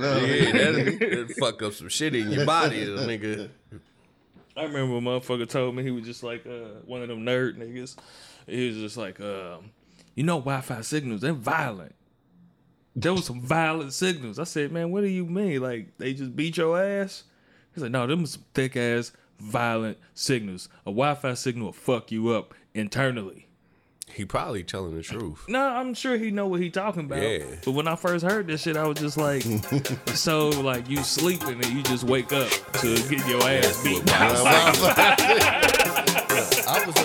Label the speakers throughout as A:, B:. A: no,
B: Yeah, that'd, that'd fuck up some shit in your body, nigga.
C: I remember when motherfucker told me he was just like uh, one of them nerd niggas. He was just like, um, you know, Wi-Fi signals they're violent. There was some violent signals. I said, man, what do you mean? Like they just beat your ass? He's like, no, them was some thick ass violent signals. A Wi-Fi signal will fuck you up internally.
B: He probably telling the truth.
C: No, I'm sure he know what he talking about.
B: Yeah.
C: But when I first heard this shit, I was just like, so like you sleeping and you just wake up to get your ass beat.
A: I was.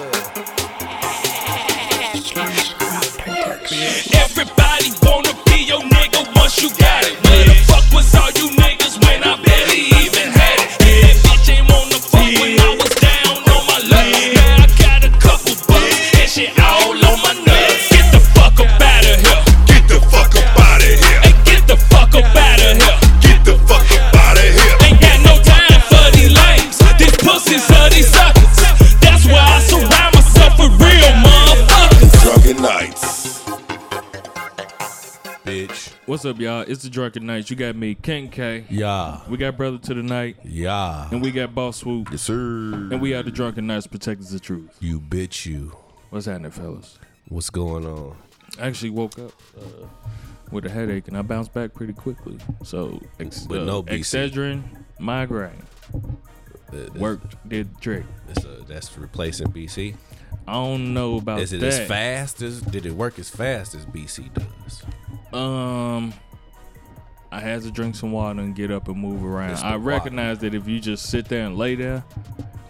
A: Uh,
D: Everybody wanna be your nigga once you got it. Where the fuck was all you niggas when I barely even had it? Yeah, that bitch ain't wanna fuck when I was down on my luck. Now I got a couple bucks and shit all on my nuts. Get the fuck up out of here.
E: Get the fuck up out of here.
D: Hey, get the fuck up out of here.
E: Get the fuck up out of here.
D: Ain't got no time for these lames. These pussies are these suckers. That's why I surround myself with real motherfuckers.
E: Drunken nights.
B: Bitch.
C: What's up, y'all? It's the Drunken Knights. You got me, King K.
B: Yeah.
C: We got Brother to the Night,
B: Yeah.
C: and we got Boss Swoop,
B: Yes, sir.
C: and we are the Drunken Knights Protectors of Truth.
B: You bitch you.
C: What's happening, fellas?
B: What's going on?
C: I actually woke up uh, with a headache, and I bounced back pretty quickly. So, ex-
B: But
C: uh,
B: no BC.
C: Excedrin, migraine,
B: That-
C: worked, did the trick.
B: That's, uh, that's replacing BC.
C: I don't know about
B: Is it
C: that.
B: as fast as did it work as fast as BC does?
C: Um, I had to drink some water and get up and move around.
B: It's the
C: I
B: water.
C: recognize that if you just sit there and lay there,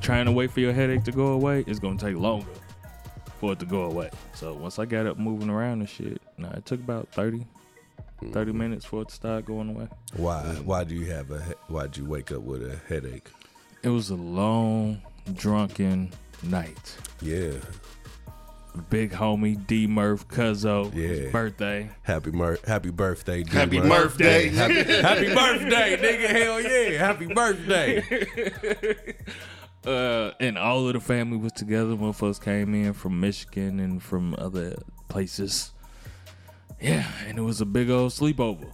C: trying to wait for your headache to go away, it's gonna take longer for it to go away. So once I got up moving around and shit, nah, it took about 30, 30 minutes for it to start going away.
B: Why? Why do you have a? he- Why'd you wake up with a headache?
C: It was a long, drunken night.
B: Yeah.
C: Big homie D Murph Cuzzo, his
B: Yeah.
C: birthday.
B: Happy mur- Happy birthday. D
A: happy
B: Murph.
A: birthday.
B: Happy, happy birthday, nigga. Hell yeah. Happy birthday.
C: uh, and all of the family was together. Motherfuckers came in from Michigan and from other places. Yeah, and it was a big old sleepover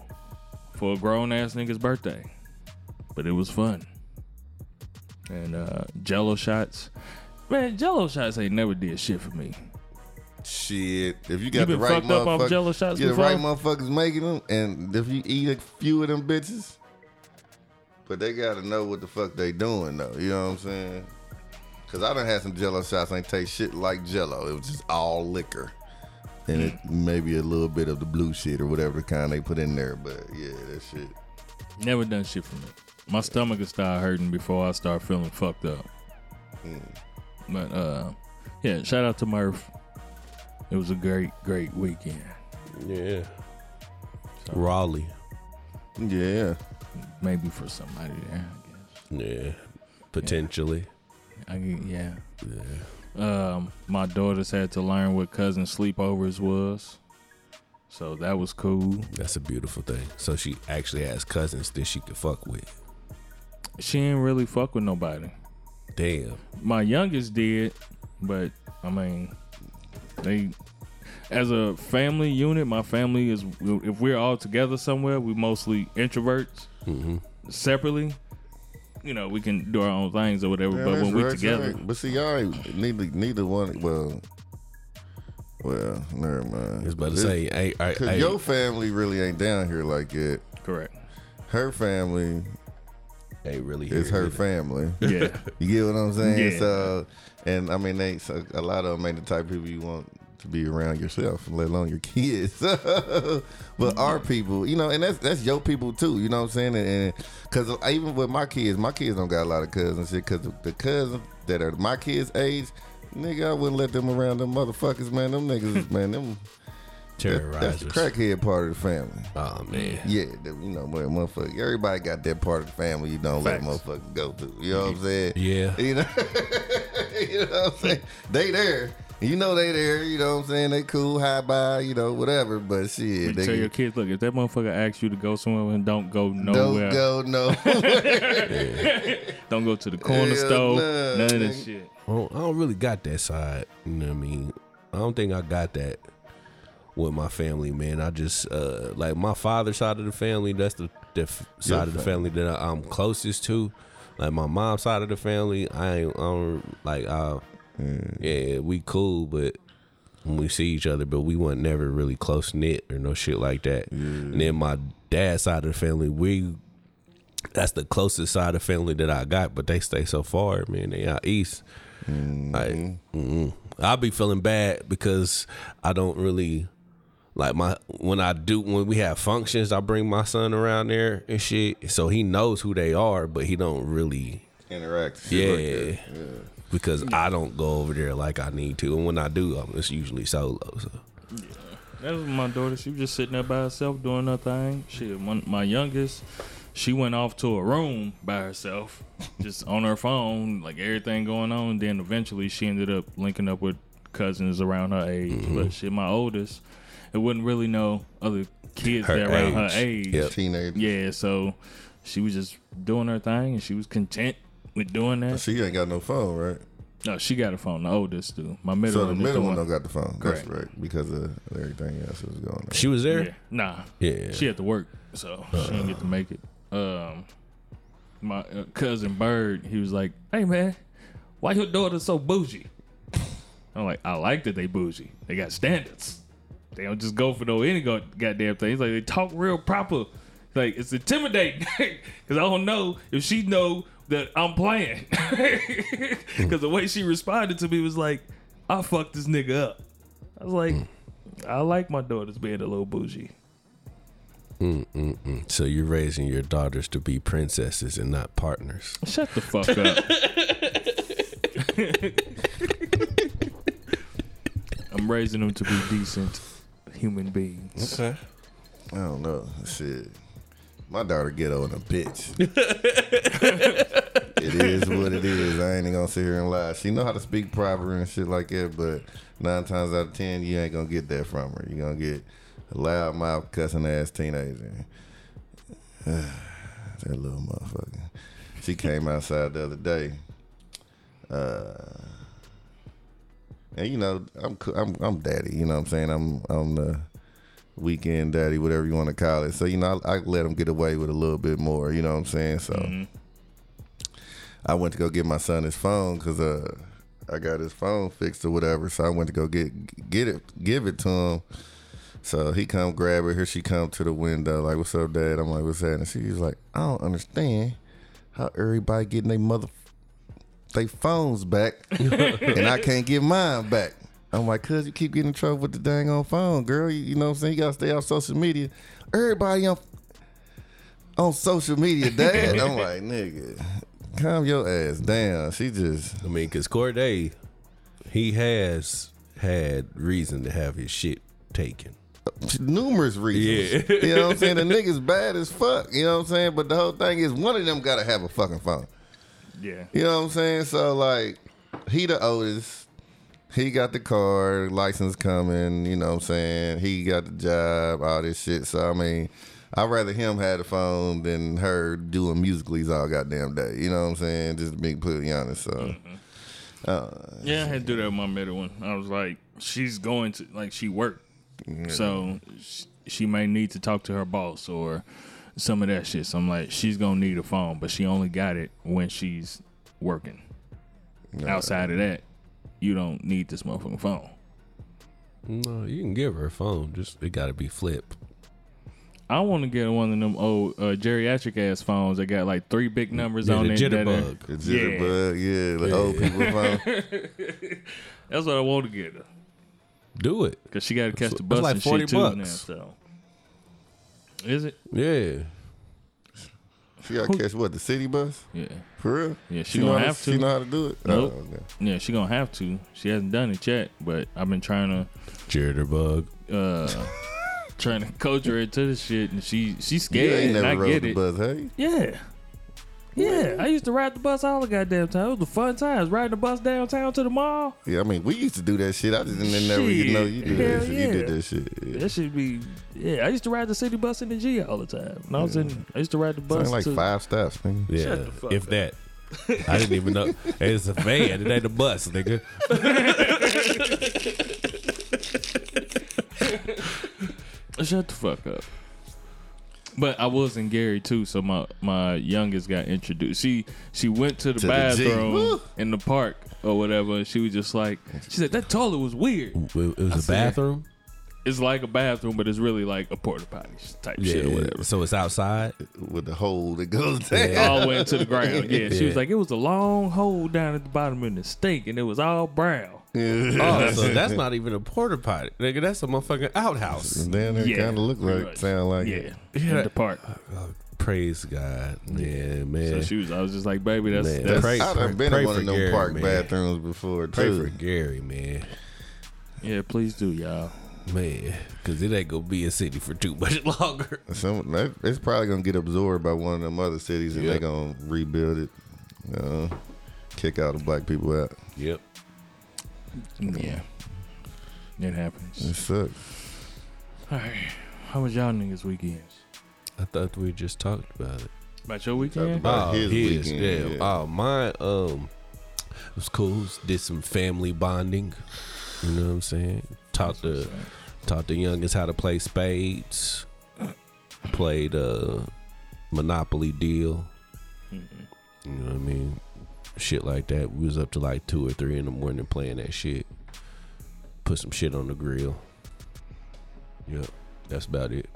C: for a grown ass nigga's birthday, but it was fun. And uh, Jello shots, man, Jello shots ain't never did shit for me.
A: Shit, if you got the
C: been
A: right
C: fucked up off
A: motherfuckers,
C: Jell-O shots
A: yeah, the right
C: before?
A: motherfuckers making them, and if you eat a few of them bitches, but they gotta know what the fuck they doing though. You know what I'm saying? Cause I done had some Jello shots, ain't taste shit like Jello. It was just all liquor, and it
C: Mm.
A: maybe a little bit of the blue shit or whatever kind they put in there. But yeah, that shit.
C: Never done shit for me. My stomach would start hurting before I start feeling fucked up. But uh, yeah, shout out to Murph. It was a great, great weekend.
B: Yeah. Raleigh.
A: Yeah,
C: Maybe for somebody there, I guess.
B: Yeah. Potentially.
C: I can, yeah. Um, my daughters had to learn what cousin sleepovers was, so that was cool.
B: That's a beautiful thing. So she actually has cousins that she could fuck with.
C: She ain't really fuck with nobody.
B: Damn.
C: my youngest did, but I mean, they as a family unit, my family is if we're all together somewhere, we mostly introverts.
A: Mm-hmm.
C: Separately, you know, we can do our own things or whatever.
A: Yeah,
C: but when
A: that's
C: we're
A: right,
C: together,
A: right. but see, y'all ain't neither neither one. Well, well, never mind.
B: I was about to say, hey, I,
A: Cause your family really ain't down here like it.
C: correct?
A: Her family
B: really
A: is her family.
C: Yeah,
A: You get what I'm saying?
C: Yeah.
A: So, and I mean, they so a lot of them ain't the type of people you want to be around yourself, let alone your kids. but our people, you know, and that's that's your people too. You know what I'm saying? And, and cause even with my kids, my kids don't got a lot of cousins and shit. Cause the, the cousins that are my kids' age, nigga, I wouldn't let them around them motherfuckers, man. Them niggas, is- man, them.
B: Terrorizers.
A: That's the crackhead part of the family.
B: Oh man.
A: Yeah, the- you know, but motherfucker, everybody got that part of the family you don't let
C: Facts.
A: motherfuckers go to. You know what I'm saying?
B: Yeah.
A: You know, you know what I'm saying? They there. You know they there. You know what I'm saying? They cool, high by, you know, whatever. But shit,
C: tell your
A: they
C: kids, look, if that motherfucker asks you to go somewhere and don't go nowhere,
A: don't
C: don't go,
A: go no.
C: to the
A: Hell
C: corner store,
A: nah,
C: none of this
A: nigga.
C: shit.
B: I don't, I don't really got that side. You know what I mean? I don't think I got that.
F: with my family, man. I just uh like my father's side of the family. That's the, the f- side of the family that I, I'm closest to. Like my mom's side of the family, I ain't I don't like I yeah we cool, but when we see each other, but we weren't never really close knit or no shit like that. And then my dad's side of the family, we that's the closest side of family that I got, but they stay so far, man. They out east. Like, mm-mm. I be feeling bad because I don't really like my when I do when we have functions, I bring my son around there and shit, so he knows who they are, but he don't really
A: Interact. shit
F: yeah.
A: like that.
F: Because I don't go over there like I need to, and when I do, I'm, it's usually solo. So
C: That was my daughter. She was just sitting there by herself doing her thing. Shit, my, my youngest, she went off to a room by herself, just on her phone, like everything going on. Then eventually she ended up linking up with cousins around her age. But shit, my oldest, it wasn't really no other kids
F: Her
C: that around her
F: age.
C: age.
F: Yep.
A: Teenager.
C: Yeah, so she was just doing her thing and she was content with doing that.
A: She ain't got no phone, right?
C: No, she got a phone, the oldest do. My middle
A: So the
C: one is
A: middle
C: the
A: one
C: one.
A: don't got the phone. That's
C: Correct.
A: right. Because of everything else that's going on.
F: she was there.
C: Yeah. Nah.
F: Yeah.
C: She had to work, so she didn't get to make it. Um, my uh, cousin Bird, he was like, "Hey man, why your daughter so bougie?" I'm like, "I like that they bougie. They got standards. They don't just go for no any go- goddamn thing. He's like, they talk real proper. Like it's intimidating because I don't know if she know that I'm playing because the way she responded to me was like, "I fucked this nigga up." I was like, "I like my daughters being a little bougie."
F: So you're raising your daughters to be princesses and not partners.
C: Shut the fuck up. I'm raising them to be decent human beings.
F: Okay.
A: I don't know. Shit. My daughter ghetto in a bitch. it is what it is. I ain't gonna sit here and lie. She know how to speak proper and shit like that, but nine times out of ten, you ain't gonna get that from her. you gonna get a loud mouth cussing ass teenager. that little motherfucker. She came outside the other day. Uh and you know, I'm co- I'm I'm daddy, you know what I'm saying? I'm I'm the weekend daddy, whatever you want to call it. So you know, I, I let him get away with a little bit more. You know what I'm saying? So I went to go get my son his phone because uh, I got his phone fixed or whatever. So I went to go get get it, give it to him. So he come grab her. Here she come to the window. Like, what's up, dad? I'm like, what's happening? She's like, I don't understand how everybody getting their mother they phones back, and I can't get mine back. I'm like, cuz you keep getting in trouble with the dang on phone, girl. You, you know what I'm saying? You gotta stay off social media. Everybody on on social media, dad. I'm like, nigga, calm your ass down. She just
F: I mean, because Corday, he has had reason to have his shit taken.
A: numerous reasons. you know what I'm saying? The nigga's bad as fuck. You know what I'm saying? But the whole thing is one of them gotta have a fucking phone.
C: Yeah.
A: You know what I'm saying? So like he the oldest. He got the car, license coming, you know what I'm saying? He got the job, all this shit. So I mean, I'd rather him have the phone than her doing musicals all goddamn day. You know what I'm saying? Just to be completely honest. So
C: Mm-hmm. Yeah, I had to do that with my middle one. I was like, she's going to like she worked, so sh- she may need to talk to her boss or some of that shit. So I'm like, she's gonna need a phone, but she only got it when she's working. Outside of that, you don't need this motherfucking phone.
F: No, you can give her a phone. Just it got to be flip.
C: I want to get one of them old uh, geriatric ass phones that got like three big numbers on
F: the
C: it. that are-
F: jitterbug.
A: the jitterbug, yeah, the old people phone.
C: That's what I want to get her
F: Do it.
C: because she got to catch
F: It's-
C: the bus
F: it's like
C: and
F: 40
C: shit too now.
F: bucks.
C: So, is it?
F: Yeah.
A: She gotta catch what, the city bus?
C: Yeah,
A: For real?
C: Yeah, she gonna
A: know how
C: have to.
A: She know how to do it?
C: Nope.
A: Oh, okay.
C: yeah. She gonna have to. She hasn't done it yet, but I've been trying
F: Jitterbug.
C: to uh trying to coach her into this shit, and she she's
A: You
C: scared.
A: ain't
C: and
A: never
C: I
A: rode
C: get
A: the
C: it.
A: bus, hey?
C: Yeah. Yeah, I used to ride the bus all the goddamn time. It was the fun times riding the bus downtown to the mall.
A: Yeah, I mean, we used to do that shit. I just didn't never, you know, you did,
C: Hell
A: that shit. you did
C: yeah.
A: that shit. Yeah.
C: That should be yeah. I used to ride the city bus in the G all the time. When I was in, I used to ride the bus.
A: Sound like
C: to,
A: five stops, man.
F: Yeah.
C: Shut the fuck
F: if
C: up.
F: that. I didn't even know. It's a van. It ain't a bus, nigga.
C: Shut the fuck up. But I was in Gary too, so my my youngest got introduced. She she went to
A: the
C: the
A: G.
C: bathroom
A: Woo.
C: in the park or whatever, and she was just like, she said that toilet was weird.
F: It was a
C: said-
F: bathroom.
C: It's like a bathroom, but it's really like a porta potty type shit or whatever.
F: So it's outside.
A: with the hole that goes down.
F: Yeah.
C: all the way to the ground. Yeah, she
F: Yeah.
C: was like, it was a long hole down at the bottom in the steak, and it was all brown.
F: Oh, so that's not even a porta potty, nigga. That's a motherfucking outhouse.
A: Damn, it
C: Yeah,
A: kind of look
C: pretty
A: like,
C: much.
A: sound like
C: Yeah,
A: it.
C: in the park.
F: Praise God. Yeah,
C: So
F: man.
C: she was. I was just like, baby, that's,
F: Man,
C: that's
F: pray-
A: I've been
F: pray
A: in one
F: for
A: of them
F: Gary,
A: park
F: man.
A: bathrooms before
F: Pray
A: too.
F: for Gary, man.
C: yeah. Please do, y'all.
F: Man, because it ain't gonna be a city for too much longer.
A: Some, that, it's probably gonna get absorbed by one of them other cities, and they
F: Yep.
A: gonna rebuild it, uh, kick all the black people out.
F: Yep.
C: Yeah, it happens.
A: It sucks.
C: All right, how was y'all niggas weekends?
F: I thought we just talked about it.
C: About your weekend?
A: about- Uh,
F: Oh,
A: his
F: his,
A: weekend,
F: yeah.
A: yeah.
F: Oh, mine. Um, it was cool. Did some family bonding. You know what I'm saying? Taught the taught the youngest how to play spades. Played uh Monopoly deal. You know what I mean? Shit like that. We was up to like two or three in the morning playing that shit. Put some shit on the grill. Yep, that's about it.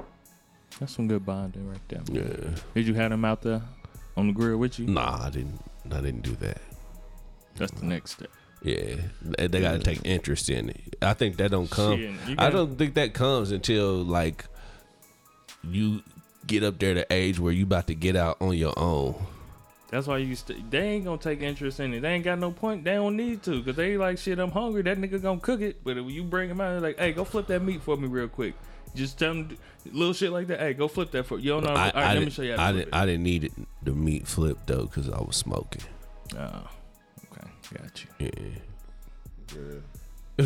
C: That's some good bonding right there.
F: Yeah.
C: Did you have them out there on the grill with you?
F: Nah, I didn't. I didn't do that.
C: That's the next step.
F: Yeah, they, they got to take interest in it. I think that don't come.
C: Shit, you
F: I
C: gotta-
F: don't think that comes until like you get up there to age where you about to get out on your own.
C: That's why you. St- they ain't gonna take interest in it. They ain't got no point. They don't need to, cause they like shit. I'm hungry. That nigga gonna cook it. But if you bring him out, they're like, hey, go flip that meat for me real quick. Just tell him little shit like that. Hey, go flip that for you. Don't know.
F: I,
C: All right,
F: I
C: Oh, let me
F: didn't-
C: show you. How
F: I
C: to flip
F: didn't. I didn't need it, the meat flip though because I was smoking.
C: it. Oh, okay, got you.
F: Yeah.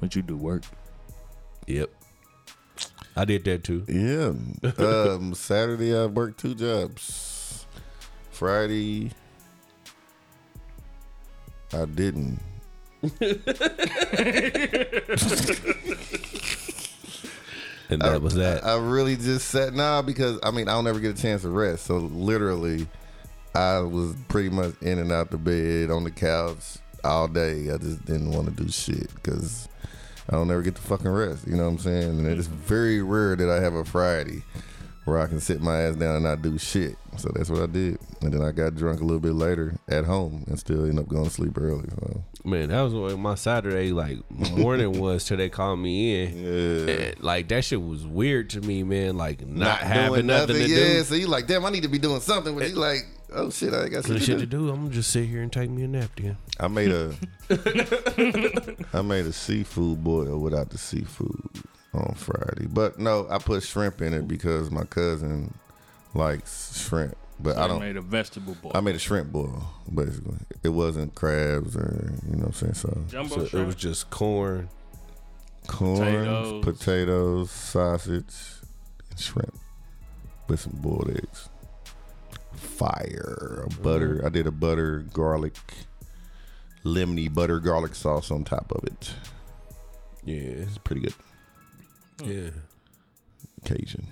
C: But you do work.
F: Yep. I did that too.
A: Yeah. Um, Saturday I worked two jobs. Friday I didn't.
F: And that was that.
A: I really just sat nah because I mean I don't ever get a chance to rest. So literally, I was pretty much in and out the bed on the couch all day. I just didn't want to do shit because I don't ever get to fucking rest. You know what I'm saying? And it's very rare that I have a Friday where I can sit my ass down and not do shit. So that's what I did. And then I got drunk a little bit later at home and still end up going to sleep early. So
F: Man, that was what my Saturday like morning was till they called me in. And, like that shit was weird to me, man. Like not, having nothing, to
A: yeah.
F: do.
A: So you like, damn, I need to be doing something. But you like, oh shit, I ain't got shit to
F: shit
A: do.
F: to do. I'm gonna just sit here and take me a nap then.
A: I made a I made a seafood boil without the seafood on Friday. But no, I put shrimp in it because my cousin likes shrimp. But I
C: I
A: don't
C: made a vegetable bowl.
A: I made a shrimp boil, basically. It wasn't crabs or you know what I'm saying? So
C: Jumbo
F: So it
C: shrimp.
F: was just corn.
A: corn,
C: Potatoes.
A: potatoes, sausage, and shrimp. With some boiled eggs. Fire. Butter. I did a butter garlic lemony butter garlic sauce on top of it.
F: Yeah,
A: It's pretty good.
F: yeah.
A: Cajun.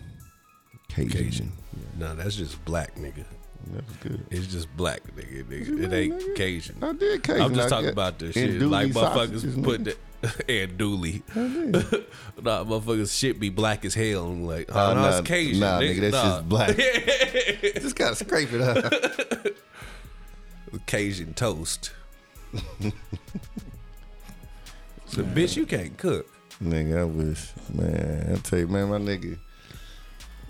A: Cajun.
F: Cajun. No, that's just black, nigga.
A: That was good.
F: It's just black, nigga. nigga. It ain't Cajun.
A: I did Cajun.
F: I'm just
A: I
F: talking
A: got-
F: about this
A: and
F: shit.
A: Dooley
F: Like
A: sausages,
F: motherfuckers
A: nigga.
F: put the and Dooley. nah, motherfuckers shit be black as hell. I'm like, oh,
A: Oh,
F: no,
A: nah,
F: it's Cajun.
A: nah,
F: nigga,
A: nigga, that's
F: nah.
A: just black. Just gotta scrape it up.
F: Cajun toast. so, bitch, you can't cook.
A: Nigga, I wish. Man, I tell you, man, my nigga.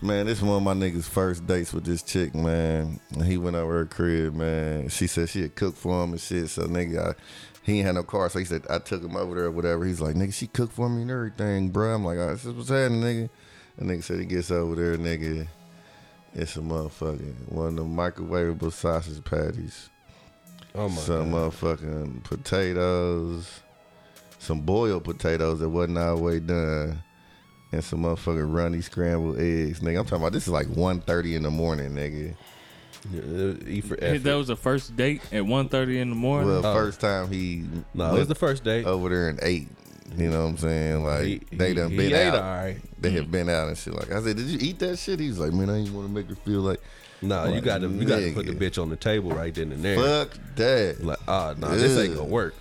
A: Man, this one of my niggas' first dates with this chick, man. And He went over her crib, man. She said she had cooked for him and shit. So, nigga, I, he ain't had no car. So, he said, I took him over there or whatever. He's like, nigga, she cooked for me and everything, bro. I'm like, all right, this is what's happening, nigga. And nigga said he gets over there, nigga. It's a motherfucking one of them microwavable sausage patties
F: Oh
A: some motherfucking potatoes, some boiled potatoes that wasn't all the way done, and some motherfucking runny scrambled eggs. Nigga, I'm talking about this is like 1.30 in the morning, nigga.
F: Yeah, eat for
C: Hey,
F: effort.
C: that was the first date at 1.30 in the morning.
A: Well, first time he
F: No, Oh. it
A: went
F: was the first date.
A: over there and ate. You know what I'm saying? Like
F: He-
A: they done
F: he-
A: been
F: he ate
A: out.
F: alright.
A: They have been out and shit. Like I said, did you eat that shit? He was like, man, I didn't want to make her feel like
F: Nah, you
A: Like,
F: got to you got to put the
A: nigga.
F: bitch on the table right then and there.
A: fuck that.
F: Like, ah, nah, this ain't
A: Ugh.
F: gonna work.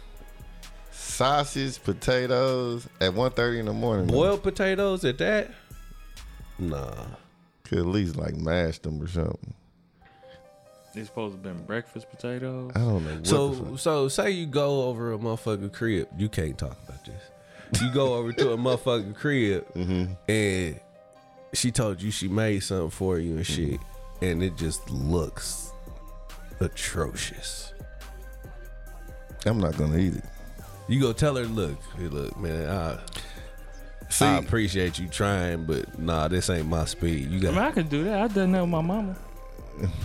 A: Sausage, potatoes at 1.30 in the morning. man.
F: Boiled potatoes at that? Nah.
A: Could at least like mash them or something.
C: It's supposed to have been breakfast potatoes.
A: I don't know. What the fuck.
F: So so say you go over a motherfucking crib. You can't talk about this. You go over to a motherfucking crib
A: Mm-hmm.
F: and she told you she made something for you and
A: Mm-hmm.
F: shit, and it just looks atrocious.
A: I'm not gonna eat it.
F: You go tell her, look, hey, look, man, I,
A: See,
F: I appreciate you trying, but nah, this ain't my speed. You
C: I mean,
F: got
C: I can do that. I done that with my mama.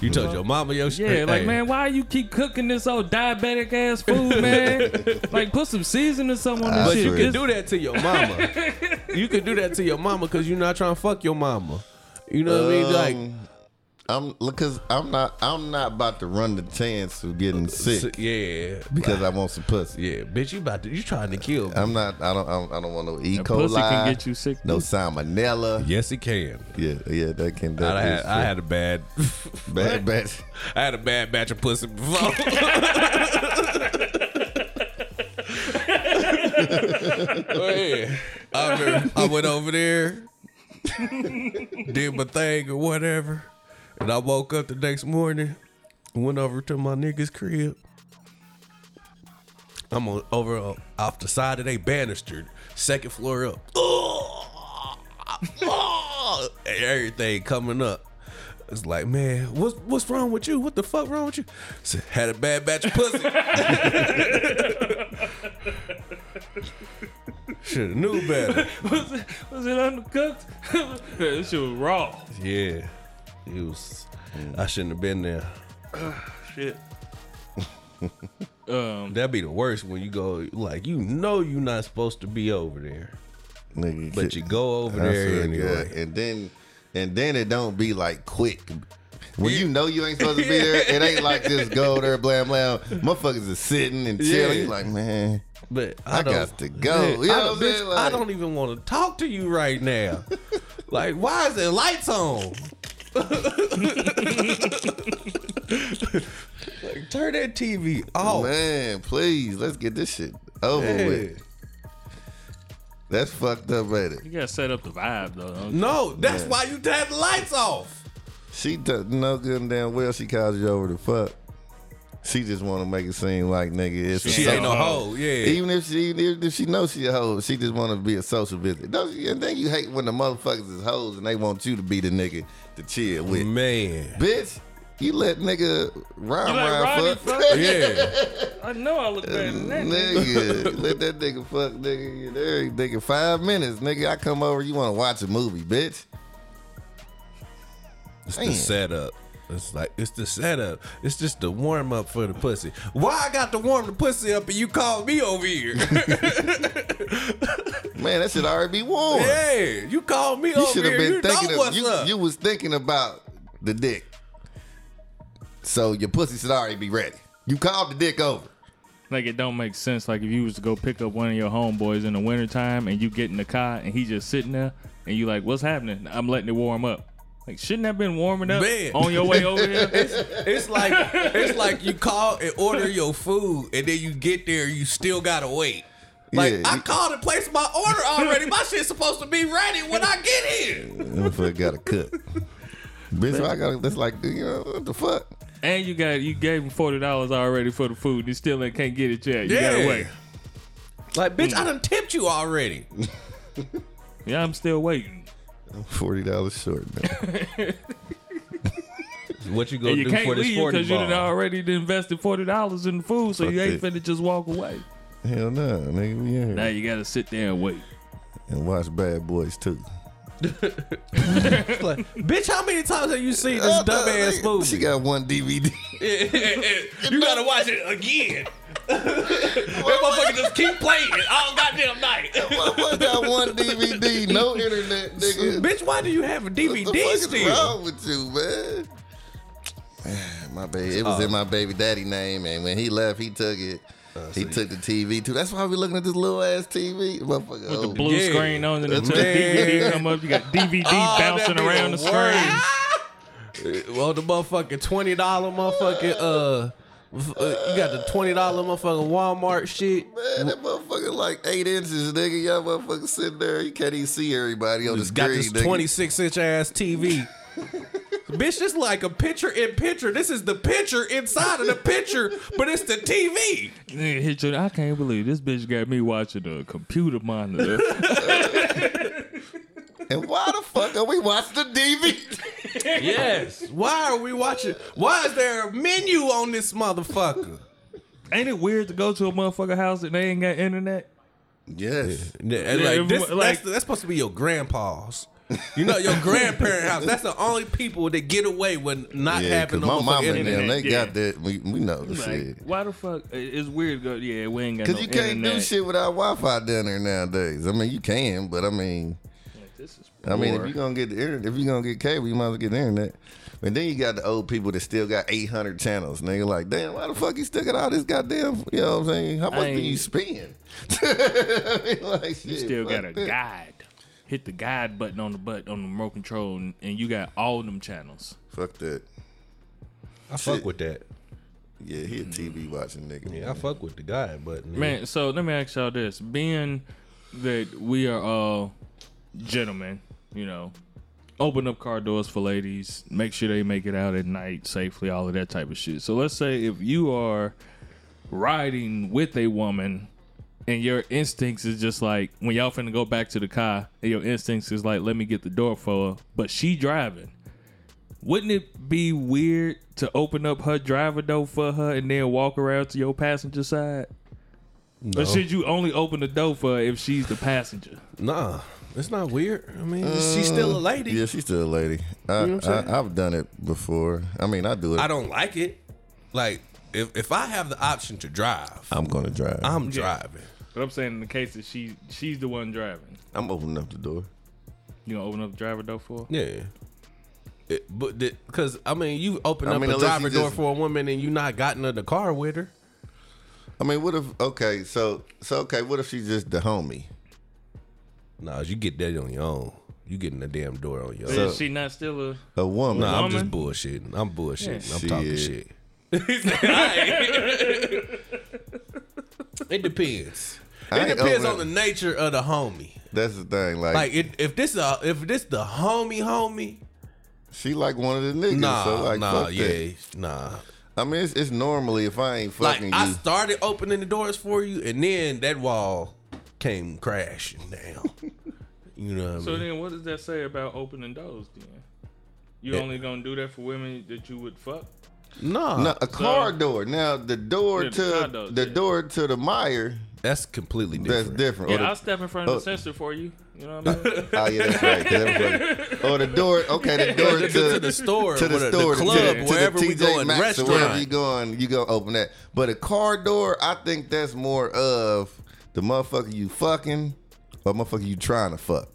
F: you told your mama your shit.
C: Yeah, like
F: Hey,
C: man, why you keep cooking this old diabetic ass food, man? like put some seasoning or something on this
A: But
F: But
C: shit.
F: you can
C: This-
F: do that to your mama. you can do that to your mama because you're not trying to fuck your mama. You know what I mean? Like,
A: Um, I'm because I'm not I'm not about to run the chance of
F: Uh,
A: getting sick
F: s- yeah,
A: because I want some pussy.
F: yeah, bitch, you about to you trying to kill? Me.
A: I'm not. I don't. I don't, I don't want no E.
C: And
A: coli.
C: pussy can get you sick.
A: No
C: too.
A: salmonella.
F: yes, it can.
A: Yeah, yeah. That can. That
F: I had
A: is
F: I had a bad
A: bad, bad.
F: I had a bad batch of pussy before. Oh, yeah. I, remember I went over there, did my thing or whatever, and I woke up the next morning, went over to my nigga's crib. I'm on, over uh, off the side of they banister, second floor up. Everything coming up. It's like, man, what's what's wrong with you? What the fuck wrong with you? Said, had a bad batch of pussy. Should have knew better.
C: was, it, was it undercooked? yeah, this shit was raw.
F: Yeah, it was. I shouldn't have been there.
C: Shit. um,
F: That'd be the worst when you go like you know you're not supposed to be over there,
A: Nigga,
F: but you go over
A: I swear
F: there
A: to God.
F: anyway.
A: And then and then it don't be like quick. When you know you ain't supposed to be there, it ain't like just go there, blam blam. Motherfuckers are sitting and chilling.
F: Yeah.
A: You like, man,
F: But
A: I,
F: I, don't.
A: got to go. You know
F: I, don't
A: what I'm saying?
F: bitch, I
A: Like-
F: don't even want to talk to you right now. like, why is there lights on? like, turn that TV off.
A: Man, please, let's get this shit over
F: Oh. Yeah.
A: with. That's fucked up, ain't it?
C: you gotta set up the vibe though. don't you?
F: No, that's
A: Yeah.
F: why you have the lights off.
A: She does no good and damn well she calls you over to fuck. She just want to make it seem like nigga. It's a
F: She
A: social-
F: ain't no hoe. Yeah.
A: Even if she even if she knows she a hoe, she just want to be a social visit. Don't you, and then you hate when the motherfuckers is hoes and they want you to be the nigga to chill with.
F: Mm. Man.
A: Bitch, you let nigga rhyme
C: let
A: rhyme
C: Rodney
A: fuck.
C: fuck?
F: Yeah.
C: I know I look better than that. nigga.
A: nigga, let that nigga fuck nigga get every nigga five minutes, nigga. I come over, you wanna watch a movie, bitch.
F: It's
A: Man.
F: the setup. It's like it's the setup. It's just the warm up for the pussy. Why I got to warm the pussy up and you called me over here?
A: Man, that should already be warm.
F: yeah, you called me
A: you
F: over
A: should
F: here.
A: have been
F: Oh, you
A: thinking
F: know
A: of,
F: what's
A: you,
F: up.
A: you was thinking about the dick. So your pussy should already be ready. You called the dick over.
C: Like it don't make sense. Like if you was to go pick up one of your homeboys in the wintertime and you get in the car and he just sitting there and you like, what's happening? I'm letting it warm up. Like shouldn't that been warming up
F: Man.
C: on your way over here?
F: It's like it's like you call and order your food, and then you get there, you still gotta wait. Like
A: Yeah,
F: I
A: you-
F: called and placed my order already. My shit's supposed to be ready when I get here.
A: Motherfucker gotta cook. Bitch, I gotta that's like, you know, what the fuck?
C: and you got you gave him forty dollars already for the food. You still ain't can't get it yet. You
F: Yeah.
C: gotta wait.
F: Like bitch, I done tipped you already.
C: Yeah, I'm still waiting.
A: Forty dollars short, man.
F: What you gonna
C: And you can't leave because you done already done invested forty dollars in the food, so
A: Fuck
C: you ain't
A: that.
C: finna just walk away.
A: Hell no, nigga, we in
C: Now
A: here.
C: you gotta sit there and wait.
A: And watch Bad Boys too.
F: bitch, how many times have you seen this dumbass movie?
A: She got one DVD.
F: you gotta watch it again. that motherfucker just keep playing all goddamn night.
A: Motherfucker got one DVD, no internet, nigga.
F: bitch, why do you have a
A: What
F: DVD
A: the fuck is
F: still?
A: wrong with you, man?
C: Oh.
A: Man, My baby, it was in my baby daddy name, and when he left, he took it.
C: Uh,
A: he took the TV too. That's why we looking at this little ass TV, motherfucker. oh,
C: With the
A: old.
C: blue
B: yeah.
C: screen on and the
A: That's
C: DVD come up, you got DVD
F: Oh,
C: bouncing
B: be
C: around the
B: the
C: screen.
F: Well, the motherfucking twenty dollar motherfucking uh, f- uh, you got the twenty dollar motherfucking Walmart shit.
A: Man, that motherfucker like eight inches, nigga. Y'all motherfucker sitting there. You can't even see everybody on
F: Just
A: the
F: got
A: screen.
F: this
A: nigga.
F: twenty six inch ass TV. Bitch, this like a picture in picture. This is the picture inside of the picture, but it's the TV.
C: Nigga hit you- I can't believe this bitch got me watching a computer monitor.
A: And why the fuck are we watching the DVD?
F: Yes. Why are we watching? Why is there a menu on this motherfucker?
C: Ain't it weird to go to a motherfucker house and they ain't got internet?
A: Yes.
F: And
C: Yeah,
F: like, this,
C: like-
F: that's, that's supposed to be your grandpa's. You know, your grandparent house. That's the only people that get away with not
A: Yeah,
F: having
A: cause
F: no
A: my
F: motherfucking
A: mama and
F: internet.
A: them, they
C: yeah.
A: got that. We, we know the
C: Like,
A: shit.
C: why the fuck? it- It's weird. to Go, yeah, we ain't got
A: Cause
C: no
A: you can't do
C: internet.
A: shit without Wi-Fi down there nowadays. I mean, you can, but I mean,
C: Like, this is
A: I mean, if
C: poor.
A: you're gonna get the internet, if you're gonna get cable, you might as well get the internet. And then you got the old people that still got 800 channels, nigga. Like, damn, why the fuck you still got all this goddamn? You know what I'm saying? How much do
C: ain't-
A: you spend? like, shit,
C: You still
A: fuck
C: got a
A: that.
C: guide. Hit the guide button on the butt on the remote control, and, and you got all them channels.
A: Fuck that.
F: I fuck with that.
A: Yeah, he a TV watching nigga.
F: Mm-hmm. Yeah, I fuck with the guy, but
C: Man, so let me ask y'all this: being that we are all gentlemen, you know, open up car doors for ladies, make sure they make it out at night safely, all of that type of shit. So let's say if you are riding with a woman. And your instincts is just like when y'all finna go back to the car, and your instincts is like, let me get the door for her, but she driving. Wouldn't it be weird to open up her driver door for her and then walk around to your passenger side? But should you only open the door for her if she's the passenger?
F: nah, it's not weird. I mean, she's still a lady.
A: Uh, Yeah, she's still a lady. I,
F: know what I'm saying?
A: I, I've done it before. I mean, I do it.
F: I don't like it. Like, if if I have the option to drive,
A: I'm gonna drive. I'm,
F: I'm driving.
C: But I'm saying in the case that she she's the one driving,
A: opening up the door.
C: you gonna open up the driver door for? her?
F: Yeah. It, but because I mean, you open
A: I
F: up
A: mean,
F: a
A: unless
F: driver
A: you
F: door
A: just-
F: for a woman and you not gotten in the car with her.
A: I mean, what if? Okay, so so okay, what if she's just the homie?
F: Nah, you get that on your own. You getting the damn door on your own.
C: Is she not still a?
A: A woman.
F: Nah, I'm just
C: Woman?
F: bullshitting. I'm bullshitting. I'm
A: Yeah.
F: talking
A: Shit.
F: shit. it depends.
A: I
F: It
A: ain't
F: depends
A: over
F: on the nature of the homie.
A: That's the thing. Like,
F: Like it, if this uh, if this the homie homie,
A: she like one of the niggas.
F: nah,
A: so like,
F: nah,
A: fuck
F: yeah,
A: That.
F: nah.
A: I mean, it's, it's normally if I ain't
F: Like
A: fucking
F: I
A: you.
F: started opening the doors for you, and then that wall came crashing down. you know what I
C: So
F: mean?
C: then, what does that say about opening doors? Then you
F: Yeah.
C: only gonna do that for women that you would fuck?
F: Nah,
A: no, a car door. Now the door
C: Yeah, the car
A: to
C: doors,
A: the
C: yeah.
A: door to the mire.
F: that's completely
A: That's
F: different.
A: different. Or
C: Yeah,
A: the-
C: I'll step in front of
A: oh.
C: the sensor for you. You know what I mean?
A: Oh yeah, that's right. 'cause that was like- Or the door. Okay, the door
F: To,
A: to,
F: to the store,
A: to the
F: whatever,
A: store,
F: the club,
A: to,
F: wherever
A: to
F: we
A: the TJ
F: going,
A: Maxx or wherever you
F: restaurant.
A: going, you go open that. But a car door, I think that's more of the motherfucker you fucking or motherfucker you trying to fuck.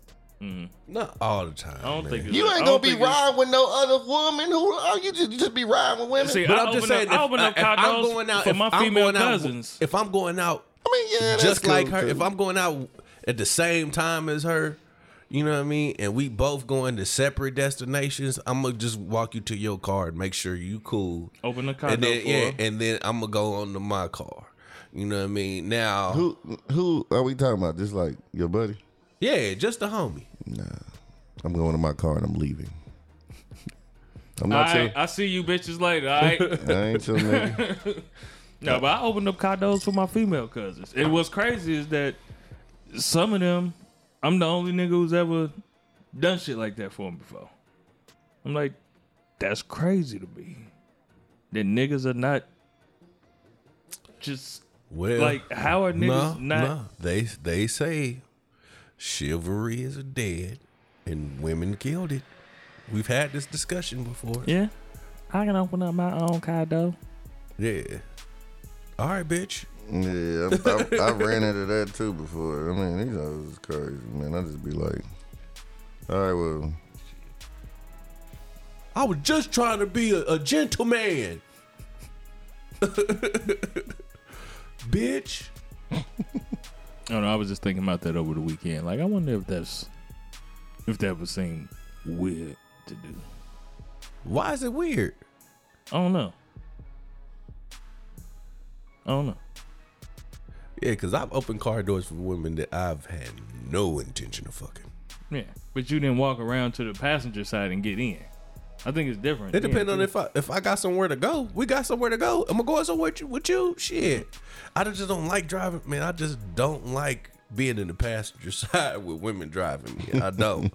F: Not all the time.
C: I don't
F: man.
C: think it's-
A: You
C: I
A: ain't
C: don't
A: gonna be
C: think it's-
A: riding with no other woman. Who are you? Just, you just be riding with women.
C: See,
F: But
C: I
F: I'm just
C: open
F: saying,
C: up, I open up
F: if,
C: car
F: I'm
C: doors
F: going out
C: for
F: if
C: my
F: I'm
C: female
F: going out-
C: cousins.
F: if I'm going out
A: I mean, yeah, that's
F: just
A: cool,
F: like her,
A: too.
F: if I'm going out at the same time as her, you know what I mean, and we both going to separate destinations, I'm gonna just walk you to your car and make sure you cool.
C: Open the car
F: And
C: door
F: then
C: for
F: yeah,
C: her.
F: and then I'm gonna go on to my car. You know what I mean? Now,
A: who who are we talking about? Just like your buddy.
F: yeah, just a homie.
A: I'm going to my car and I'm leaving. I'm
C: All
A: not
C: right,
A: your.
C: I see you bitches later. All right.
A: I ain't your nigga.
C: No, but I opened up condos for my female cousins. And what's crazy is that some of them, I'm the only nigga who's ever done shit like that for them before. I'm like, that's crazy to me. That niggas are not just
F: Well,
C: like, how are
F: no,
C: niggas not?
F: no, they they say chivalry is dead, and women killed it. We've had this discussion before.
C: Yeah, I can open up my own condo.
F: Yeah. All right, bitch.
A: Yeah, I, I, I ran into that too before. I mean, these hoes is crazy, man. I just be like, all right, well,
F: I was just trying to be a, a gentleman.
B: bitch.
C: I don't know. Oh, I was just thinking about that over the weekend. Like, I wonder if that's if that would seem weird to do.
F: Why is it weird?
C: I don't know. I don't know.
F: Yeah, because I've opened car doors for women that I've had no intention of fucking.
C: Yeah, but you didn't walk around to the passenger side and get in. I think it's different.
F: It depends
C: Yeah.
F: on if I if I got somewhere to go. We got somewhere to go. Am I going somewhere with you? With you? Shit. I just don't like driving, man. I just don't like being in the passenger side with women driving me. I don't.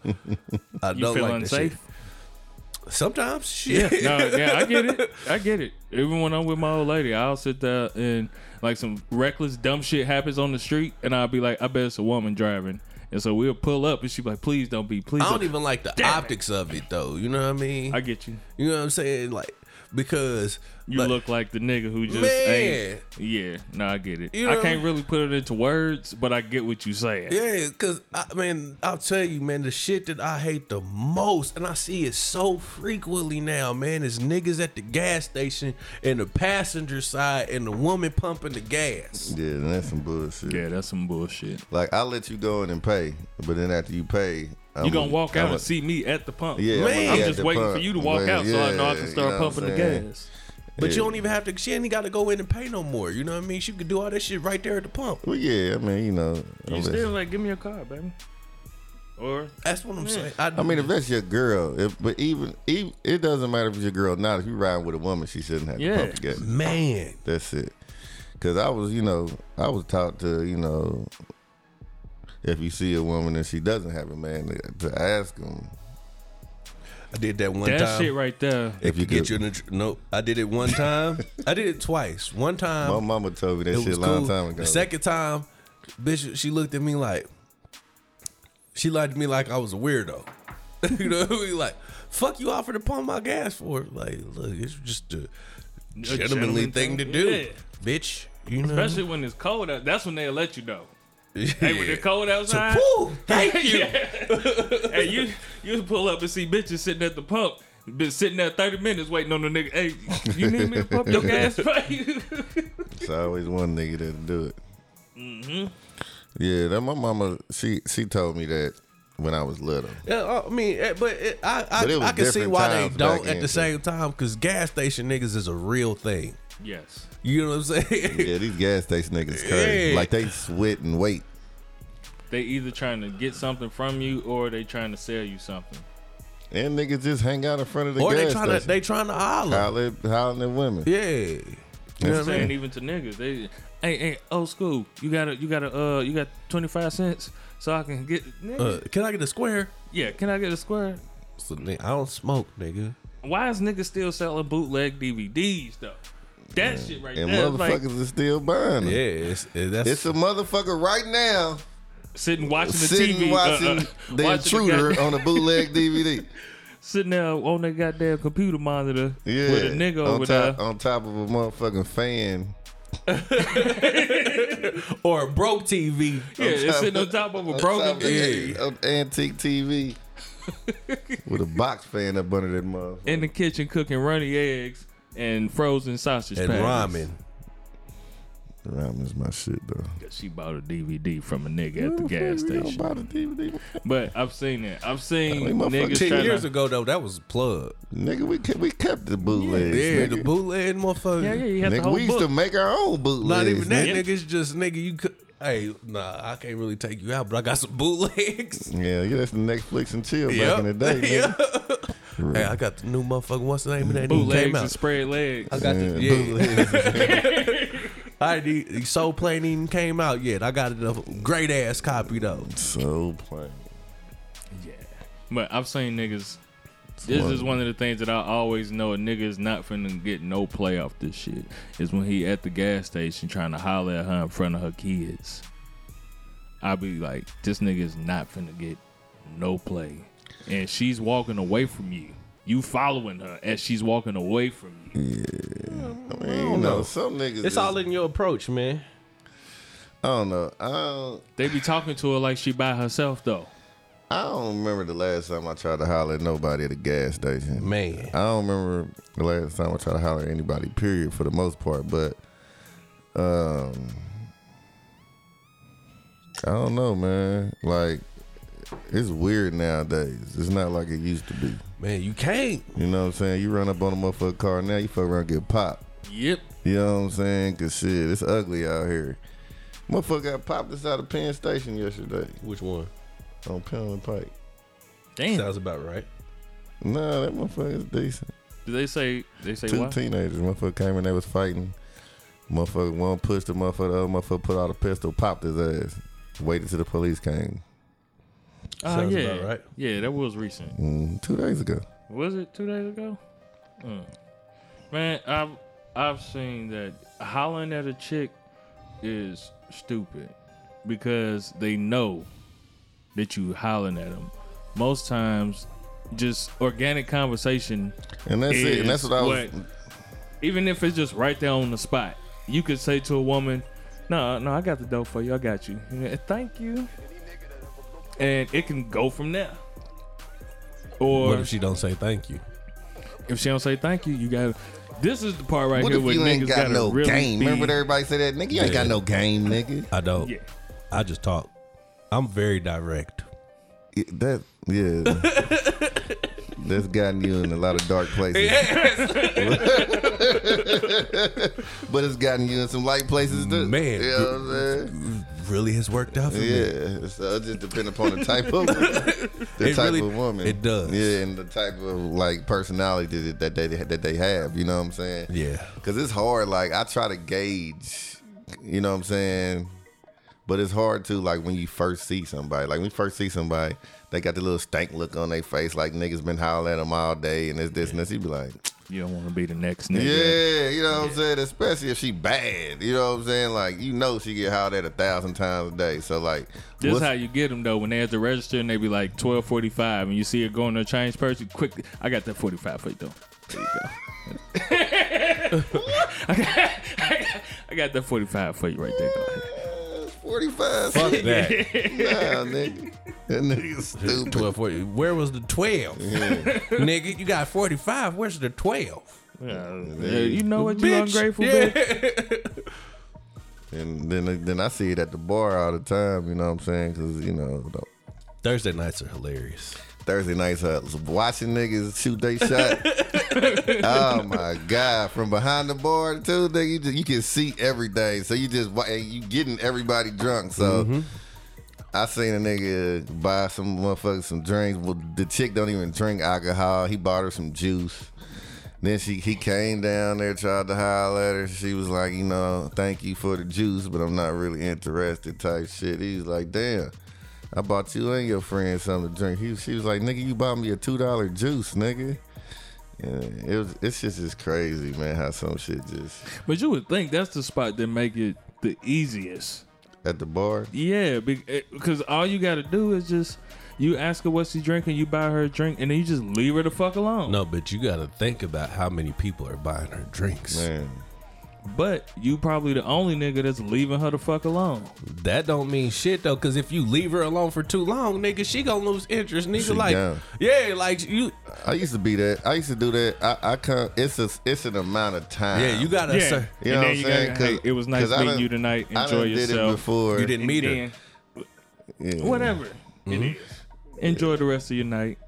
F: I
C: you
F: don't
C: feel
F: like
C: unsafe.
F: that shit. Sometimes,
C: Yeah,
F: shit.
C: no, yeah, I get it. I get it. Even when I'm with my old lady, I'll sit there and like some reckless dumb shit happens on the street, and I'll be like, I bet it's a woman driving, and so we'll pull up, and she be like, please don't be, please.
F: I
C: Don't.
F: don't even like the optics of it though. You know what I mean?
C: I get you.
F: you know what I'm saying? Like because
C: You
F: like,
C: look like the nigga who just
F: Man.
C: ain't. Yeah, no, I get it.
F: You
C: I
F: know-
C: can't really put it into words, but I get what you saying.
F: Yeah, cause I man, I'll tell you, man, the shit that I hate the most, and I see it so frequently now, man, is niggas at the gas station and the passenger side and the woman pumping the gas.
A: Yeah, and that's some bullshit.
C: Yeah, that's some bullshit.
A: Like I'll let you go in and pay, but then after you pay, I'm
C: you gonna walk out
A: I'm
C: and see me at the pump.
A: Yeah,
F: Man.
C: I'm
A: at
C: just
A: the
C: waiting for
A: pump.
C: you to walk
A: Wait,
C: out so I know I
A: yeah,
C: can
A: you
C: start
A: know what
C: pumping the
A: I'm saying?
C: gas.
F: But
A: Yeah.
F: you don't even have to. She ain't got to go in and pay no more. You know what I mean? She could do all that shit right there at the pump.
A: Well, yeah, I mean, you know,
C: You
A: unless-
C: still like, give me your card, baby. Or
F: That's what I'm saying. I,
A: I mean, if that's your girl, if but even, even it doesn't matter if it's your girl or not. If you riding with a woman, she shouldn't have
C: Yeah.
A: to pump the gas.
F: man,
A: That's it. Cause I was, you know, I was taught to, you know, if you see a woman and she doesn't have a man, to, to ask him.
F: I did that one
C: that
F: time.
C: shit right there.
A: If
F: If you
A: you
F: get
A: could-
F: you in the tr- nope, I did it one time. I did it twice. One time,
A: My mama told me that
F: It
A: shit a
F: was
A: long
F: cool.
A: time ago.
F: The second time, bitch, she looked at me like she looked at me like I was a weirdo. you know, we like fuck you offered to pump my gas for it. Like, look, it's just a gentlemanly
C: gentleman
F: thing to
C: thing,
F: do,
C: yeah.
F: bitch. You know,
C: Especially when it's cold out. That's when they'll let you know. Hey, when
F: Yeah.
C: it's cold outside.
F: Woo, thank you.
C: hey, you you pull up and see bitches sitting at the pump. Been sitting there 30 minutes waiting on the nigga. Hey, you need me to pump your gas for you?
A: It's always one nigga that do it. Mm-hmm. Yeah, that my mama. She she told me that when I was little.
F: Yeah, I mean, eh, but it, I I,
A: But it was
F: I can see
A: different
F: why they
A: times back
F: don't at
A: then,
F: the
A: too.
F: same time because gas station niggas is a real thing.
C: yes.
F: You know what I'm saying?
A: Yeah, these gas station niggas crazy.
F: Yeah.
A: Like they sweat and wait.
C: They either trying to get something from you or they trying to sell you something.
A: And niggas just hang out in front of the
F: or they
A: gas
F: trying to
A: station.
F: they trying to holler.
A: hollering, hollering at women.
F: Yeah, you know what I
C: I'm
F: mean?
C: saying even to niggas, they hey hey old school, you gotta you gotta uh you got twenty five cents so I can get nigga.
F: Uh, can I get a square?
C: yeah. Can I get a square?
F: So, nigga, I don't smoke, nigga.
C: Why is niggas still selling bootleg DVDs though? That shit right
A: And
C: there, is like
A: motherfuckers are still buying them.
F: Yeah, it's, it- that's
A: It's a motherfucker right now
C: sitting watching the
A: sitting
C: TV, uh, uh,
A: watching the
C: watching
A: intruder
C: goddamn-
A: on a bootleg DVD.
C: sitting there on that goddamn computer monitor
A: Yeah,
C: with a nigga
A: on
C: over
A: top,
C: there.
A: on top of a motherfucking fan.
F: or a broke TV.
C: Yeah, it's sitting on top of a broken.
A: Top of
C: TV.
A: the- of antique TV with a box fan up under that motherfucker.
C: in the kitchen cooking runny eggs and frozen sausage
F: And
C: patties.
F: ramen.
A: Ramen's my shit though.
C: She bought a DVD from a nigga at the gas
A: You don't
C: station.
A: buy the DVD.
C: But I've seen it. I've seen
A: Like, motherfucker,
C: niggas
A: ten
C: trying
F: Years
C: to.
F: ago, though, that was a plug.
A: Nigga, we kept, we kept the bootlegs.
F: Yeah,
A: nigga.
F: the bootleg motherfucker.
C: yeah, yeah, you had the
A: Nigga,
C: whole
A: we used to
C: book.
A: make our own bootlegs.
F: Not even that,
A: nigga.
F: nigga. It's just, nigga, you could. Hey, nah, I can't really take you out, but I got some bootlegs.
A: Yeah, yeah, that's the Netflix and chill
F: Yep.
A: back in the day. Nigga.
F: Yeah. Hey, I got the new motherfucker. What's the name of that? new came
C: bootlegs and
F: out.
C: spread legs.
F: I got the
A: Yeah,
F: yeah. I the, the Soul Plane even came out yet. I got it a great ass copy though.
A: So plain.
C: Yeah. But I've seen niggas. This is one of the things that I always know a nigga is not finna get no play off this shit. Is when he at the gas station trying to holler at her in front of her kids. I be like, this nigga is not finna get no play. And she's walking away from you. You following her as she's walking away from you.
A: I mean, you know, some niggas.
F: It's
A: is-
F: all in your approach, man.
A: I don't know. I don't.
C: They be talking to her like she by herself though.
A: I don't remember the last time I tried to holler at nobody at a gas station.
F: Man,
A: I don't remember the last time I tried to holler at anybody. Period, for the most part. But Um, I don't know, man. Like, it's weird nowadays. It's not like it used to be.
F: Man, you can't.
A: You know what I'm saying? You run up on a motherfucker car now, you fuck around and get popped.
C: Yep.
A: You know what I'm saying? Cause shit, it's ugly out here. Motherfucker got popped inside of Penn Station yesterday
F: Which one?
A: on Penn and Pike.
C: Damn.
F: Sounds about right.
A: Nah, that motherfucker is decent.
C: Did they say they say
A: Two
C: why?
A: teenagers, motherfucker came in, they was fighting. Motherfucker, one pushed the motherfucker, the other motherfucker put out a pistol, popped his ass. Waited till the police came.
C: Uh,
F: Sounds
C: yeah.
F: about right.
C: Yeah, that was recent.
A: Mm, two days ago.
C: Was it two days ago? Mm. Man, I've I've seen that hollering at a chick is stupid because they know that you hollering at them. Most times, just organic conversation.
A: And that's it. And that's
C: is
A: what I was
C: what- even if it's just right there on the spot, you could say to a woman, "No, no, I got the dope for you. I got you. Yeah, Thank you." And it can go from there. Or
F: What if she don't say thank you?
C: if she don't say thank you, you got. to This is the part right
A: What
C: here
A: if
C: where
A: you ain't
C: niggas
A: got
C: gotta
A: no
C: really
A: game?
C: be-
A: Remember what everybody say that? Nigga, you ain't got
F: Yeah.
A: no game, nigga.
F: I don't.
C: Yeah.
F: I just talk. I'm very direct.
A: Yeah, That yeah. That's gotten you in a lot of dark places. but it's gotten you in some light places too.
F: Man.
A: You know what I'm saying?
F: Really has worked out for me.
A: Yeah. So it just depends upon the type of the
F: It
A: type
F: really-
A: of woman.
F: it does.
A: Yeah, and the type of like personality that that they that they have. You know what I'm saying?
F: Yeah.
A: Cause it's hard. Like I try to gauge, you know what I'm saying? But it's hard to like when you first see somebody. Like when you first see somebody, they got the little stank look on their face, like niggas been hollering at them all day and this, this, and this. You be like,
C: You don't want to be the next nigga.
A: yeah, you know what I'm saying? Especially if she bad. You know what I'm saying? Like you know she get hollered at a thousand times a day. So like
C: This
A: what's-
C: how you get them though. When they at the register and they be like twelve forty five, and you see her going to a change person, quick. I got that forty five for you though. There you go. I, got, I, got, I got that forty five for you right there. Go ahead.
A: Uh, 45
F: Fuck that.
A: nah, nigga. That nigga stupid.
F: 12, 40. Where was the 12? Nigga, you got 45. Where's the 12?
C: Yeah, you know what? You
F: Bitch.
C: ungrateful
F: Yeah.
C: bitch.
A: And then then I see it at the bar all the time. You know what I'm saying? Because you know. the-
F: Thursday nights are hilarious.
A: Thursday nights, uh, watching niggas shoot they shot. oh my god! From behind the bar too, nigga, you, just, you can see everything. So you just wa- and you getting everybody drunk. So I seen a nigga buy some motherfuckers some drinks. Well, the chick don't even drink alcohol. He bought her some juice. Then she he came down there, tried to holler at her. She was like, you know, thank you for the juice, but I'm not really interested type shit. He was like, damn. I bought you and your friend something to drink. He, she was like, nigga, you bought me a two dollar juice, nigga. Yeah, it was, it's just it's crazy, man, how some shit just
C: But you would think that's the spot that make it the easiest.
A: at the bar.
C: Yeah, because all you got to do is just you ask her what she drinking, you buy her a drink, and then you just leave her the fuck alone.
F: No, but you got to think about how many people are buying her drinks.
A: Man,
C: But you probably the only nigga that's leaving her the fuck alone.
F: That don't mean shit though, because if you leave her alone for too long, nigga, she gonna lose interest. Nigga,
A: She
F: like,
A: down.
F: yeah, like you,
A: I used to be that. I used to do that. I, I come. It's a, it's an amount of time.
F: yeah, you gotta, sir,
A: You know what I'm
C: and then you
A: saying?
C: gotta, hey,
A: 'Cause-
C: it was nice
A: 'cause I
C: meeting
A: done-
C: you tonight.
A: I
C: Enjoy
A: done did it
C: yourself.
A: before.
F: you didn't meet her.
C: And
A: Yeah.
C: then, whatever.
A: Mm-hmm.
C: It is. Enjoy the rest of your night.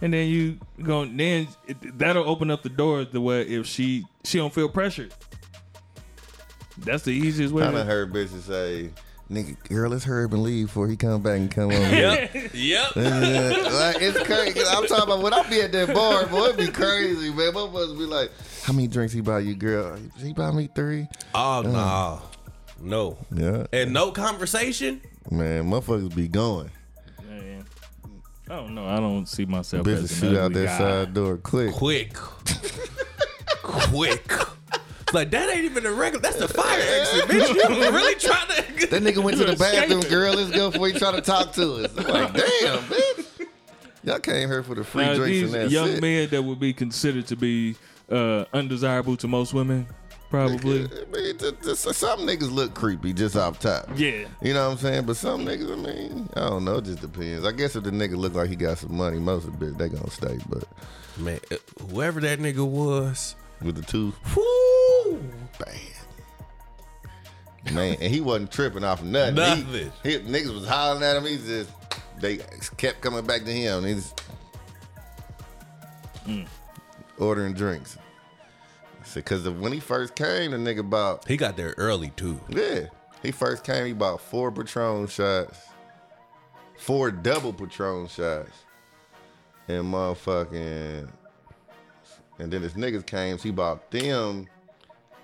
C: And then you go. Then it, that'll open up the door to where if she she don't feel pressured. That's the easiest way.
A: I
C: to-
A: done heard bitches say, "Nigga, girl, let's hurry up and leave before he come back and come over." Yep.
F: Yep.
A: like it's crazy. i I'm talking about when I be at that bar, boy, it'd be crazy, man. Motherfuckers be like, "How many drinks he buy you, girl? He buy me three.
F: Oh no, no,
A: Yeah,
F: and no conversation.
A: man, motherfuckers be going.
C: Man. I don't know. I don't see myself
A: Bitches
C: as an
A: shoot out
C: ugly
A: that
C: guy.
A: side door quick.
F: Quick, quick. It's Like that ain't even a regular. That's the fire exit, bitch. You really trying to?
A: That nigga went to the bathroom,
C: escaping.
A: girl. Let's go before he try to talk to us. I'm like, damn, bitch. Y'all came here for the free
C: Now,
A: drinks and
C: these
A: that's
C: young
A: it.
C: men that would be considered to be uh, undesirable to most women, probably.
A: I mean, th- th- some niggas look creepy just off top.
C: Yeah.
A: You know what I'm saying? But some niggas, I mean, I don't know. It just depends. I guess if the nigga look like he got some money, most of the bitch, they gonna stay. But
F: Man, uh, whoever that nigga was,
A: with the two,
F: whoo,
A: bad. Man, and he wasn't tripping off nothing.
F: Nothing.
A: He, he- niggas was hollering at him. He just they kept coming back to him. He's ordering drinks. I said, cause the- when he first came, the nigga bought
F: He got there early too.
A: yeah. He first came, he bought four Patron shots, four double Patron shots, and motherfucking. And then his niggas came, so he bought them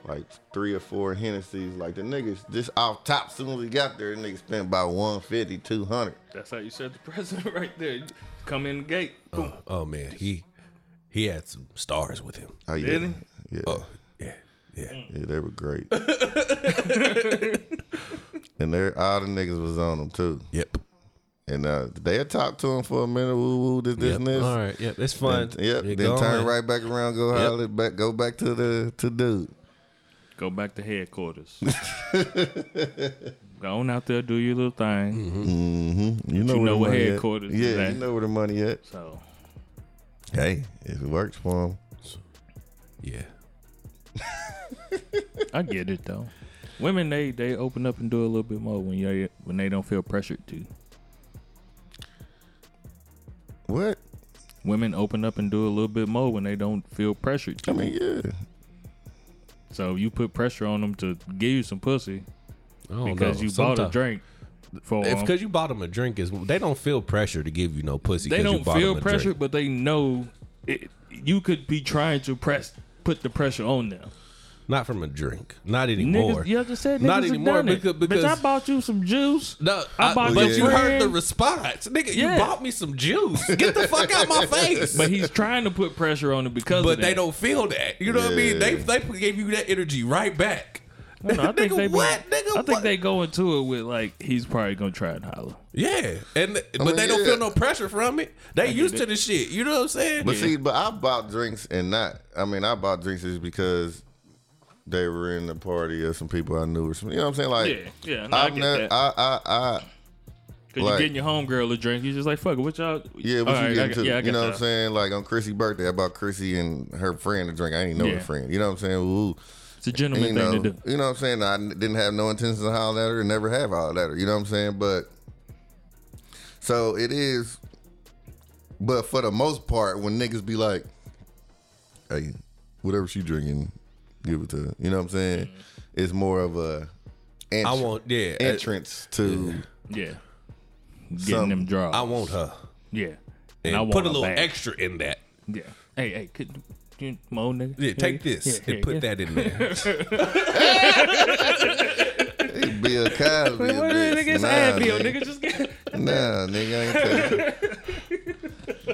A: like three or four Hennessy's. Like the niggas, just off top, soon as he got there, the niggas spent about 150, 200.
C: That's how you set the president right there. You Come in the gate. Boom.
F: Oh man, he he had some stars with him.
A: Oh, yeah.
C: Did he?
A: Yeah.
F: Yeah, yeah.
A: Yeah, they were great. and they all the niggas was on them too.
F: Yep.
A: And uh, they had talked to him for a minute, woo woo, this, this,
F: Yep.
A: and this.
F: All right. Yep. It's fun.
A: Then- Yep.
F: Yeah,
A: then
F: go
A: turn
F: on.
A: right back around, go
F: Yep.
A: holler back, go back to the to dude.
C: Go back to headquarters. Go on out there, do your little thing.
F: Mm.
A: Mm-hmm. You know,
C: You know
A: the
C: where
A: money at.
C: headquarters is
A: Yeah,
C: at.
A: you know where the money at.
C: So
A: Hey, if it works for him,
F: Yeah.
C: I get it though. Women, they they open up and do a little bit more when you when they don't feel pressured to.
A: what?
C: Women open up and do a little bit more when they don't feel pressured
A: I
C: to.
A: mean, yeah,
C: So you put pressure on them to give you some pussy
F: I don't
C: because
F: know.
C: you bought a
F: Sometime-
C: drink for
F: Oh, If
C: 'em.
F: because you bought them a drink is they don't feel pressure to give you no pussy.
C: They
F: 'cause you
C: don't
F: bought
C: feel
F: them a
C: pressure,
F: drink.
C: but they know it, you could be trying to press put the pressure on them.
F: Not from a drink. Not anymore.
C: Niggas, you just said niggas
F: Not
C: have
F: anymore,
C: done it.
F: because-
C: Bitch, I
F: because-
C: bought you some juice.
F: No,
C: I
F: I-
C: bought
F: but
A: my
F: you heard the
C: friend.
F: response, nigga.
C: Yeah.
F: You bought me some juice. Get the fuck out my face.
C: But he's trying to put pressure on it because.
F: but
C: of
F: they
C: that.
F: don't feel that. You know what I mean? They they gave you that energy right back.
C: I don't know, I think
F: nigga,
C: they be-
F: what? Nigga,
C: I think
F: what?
C: they go into it with like he's probably gonna try and holler.
F: Yeah, and but
A: mean,
F: they don't
A: yeah.
F: feel no pressure from it. They used to the shit. You know what I'm saying?
A: but see, but I bought drinks and not. I mean, I bought drinks just because they were in the party or some people I knew or something. You know what I'm saying? Like,
C: Yeah, yeah, no, I
A: I've
C: get
A: never,
C: that.
A: I, I, I,
C: Cause
A: like-
C: you're getting your homegirl a drink. You're just like fuck it. What y'all?
A: Yeah, what
C: All
A: you
C: right, I
A: getting
C: got-
A: to?
C: Yeah, I
A: you
C: got
A: know what
C: that.
A: I'm saying? Like on Chrissy's birthday, I bought Chrissy and her friend a drink. I didn't know
C: Yeah.
A: her friend. You know what I'm saying? Ooh.
C: It's a
A: And,
C: gentleman
A: you, know,
C: thing to do.
A: you know what I'm saying? I n- didn't have no intentions to holler at her and never have hollered at her. You know what I'm saying? But so it is. But for the most part, when niggas be like, hey, whatever she drinking, give it to her. You know what I'm saying?
C: Mm-hmm.
A: It's more of a
F: I
A: entr-
F: want yeah.
A: entrance to
C: Yeah, getting
A: Some-
C: them draws.
F: I want her.
C: yeah,
F: And
C: I
F: put
C: want
F: a
C: her
F: little
C: back.
F: extra in that.
C: Yeah. Hey, hey, could you mo nigga?
F: Yeah, take this
C: Yeah,
F: and
C: yeah,
F: put
C: yeah.
F: that in there.
A: Bill Cosby. a
C: What is
A: bitch.
C: it, nigga? It's
A: Nah,
C: Advil,
A: nigga.
C: nigga. Just get.
A: Nah, nigga, I ain't tell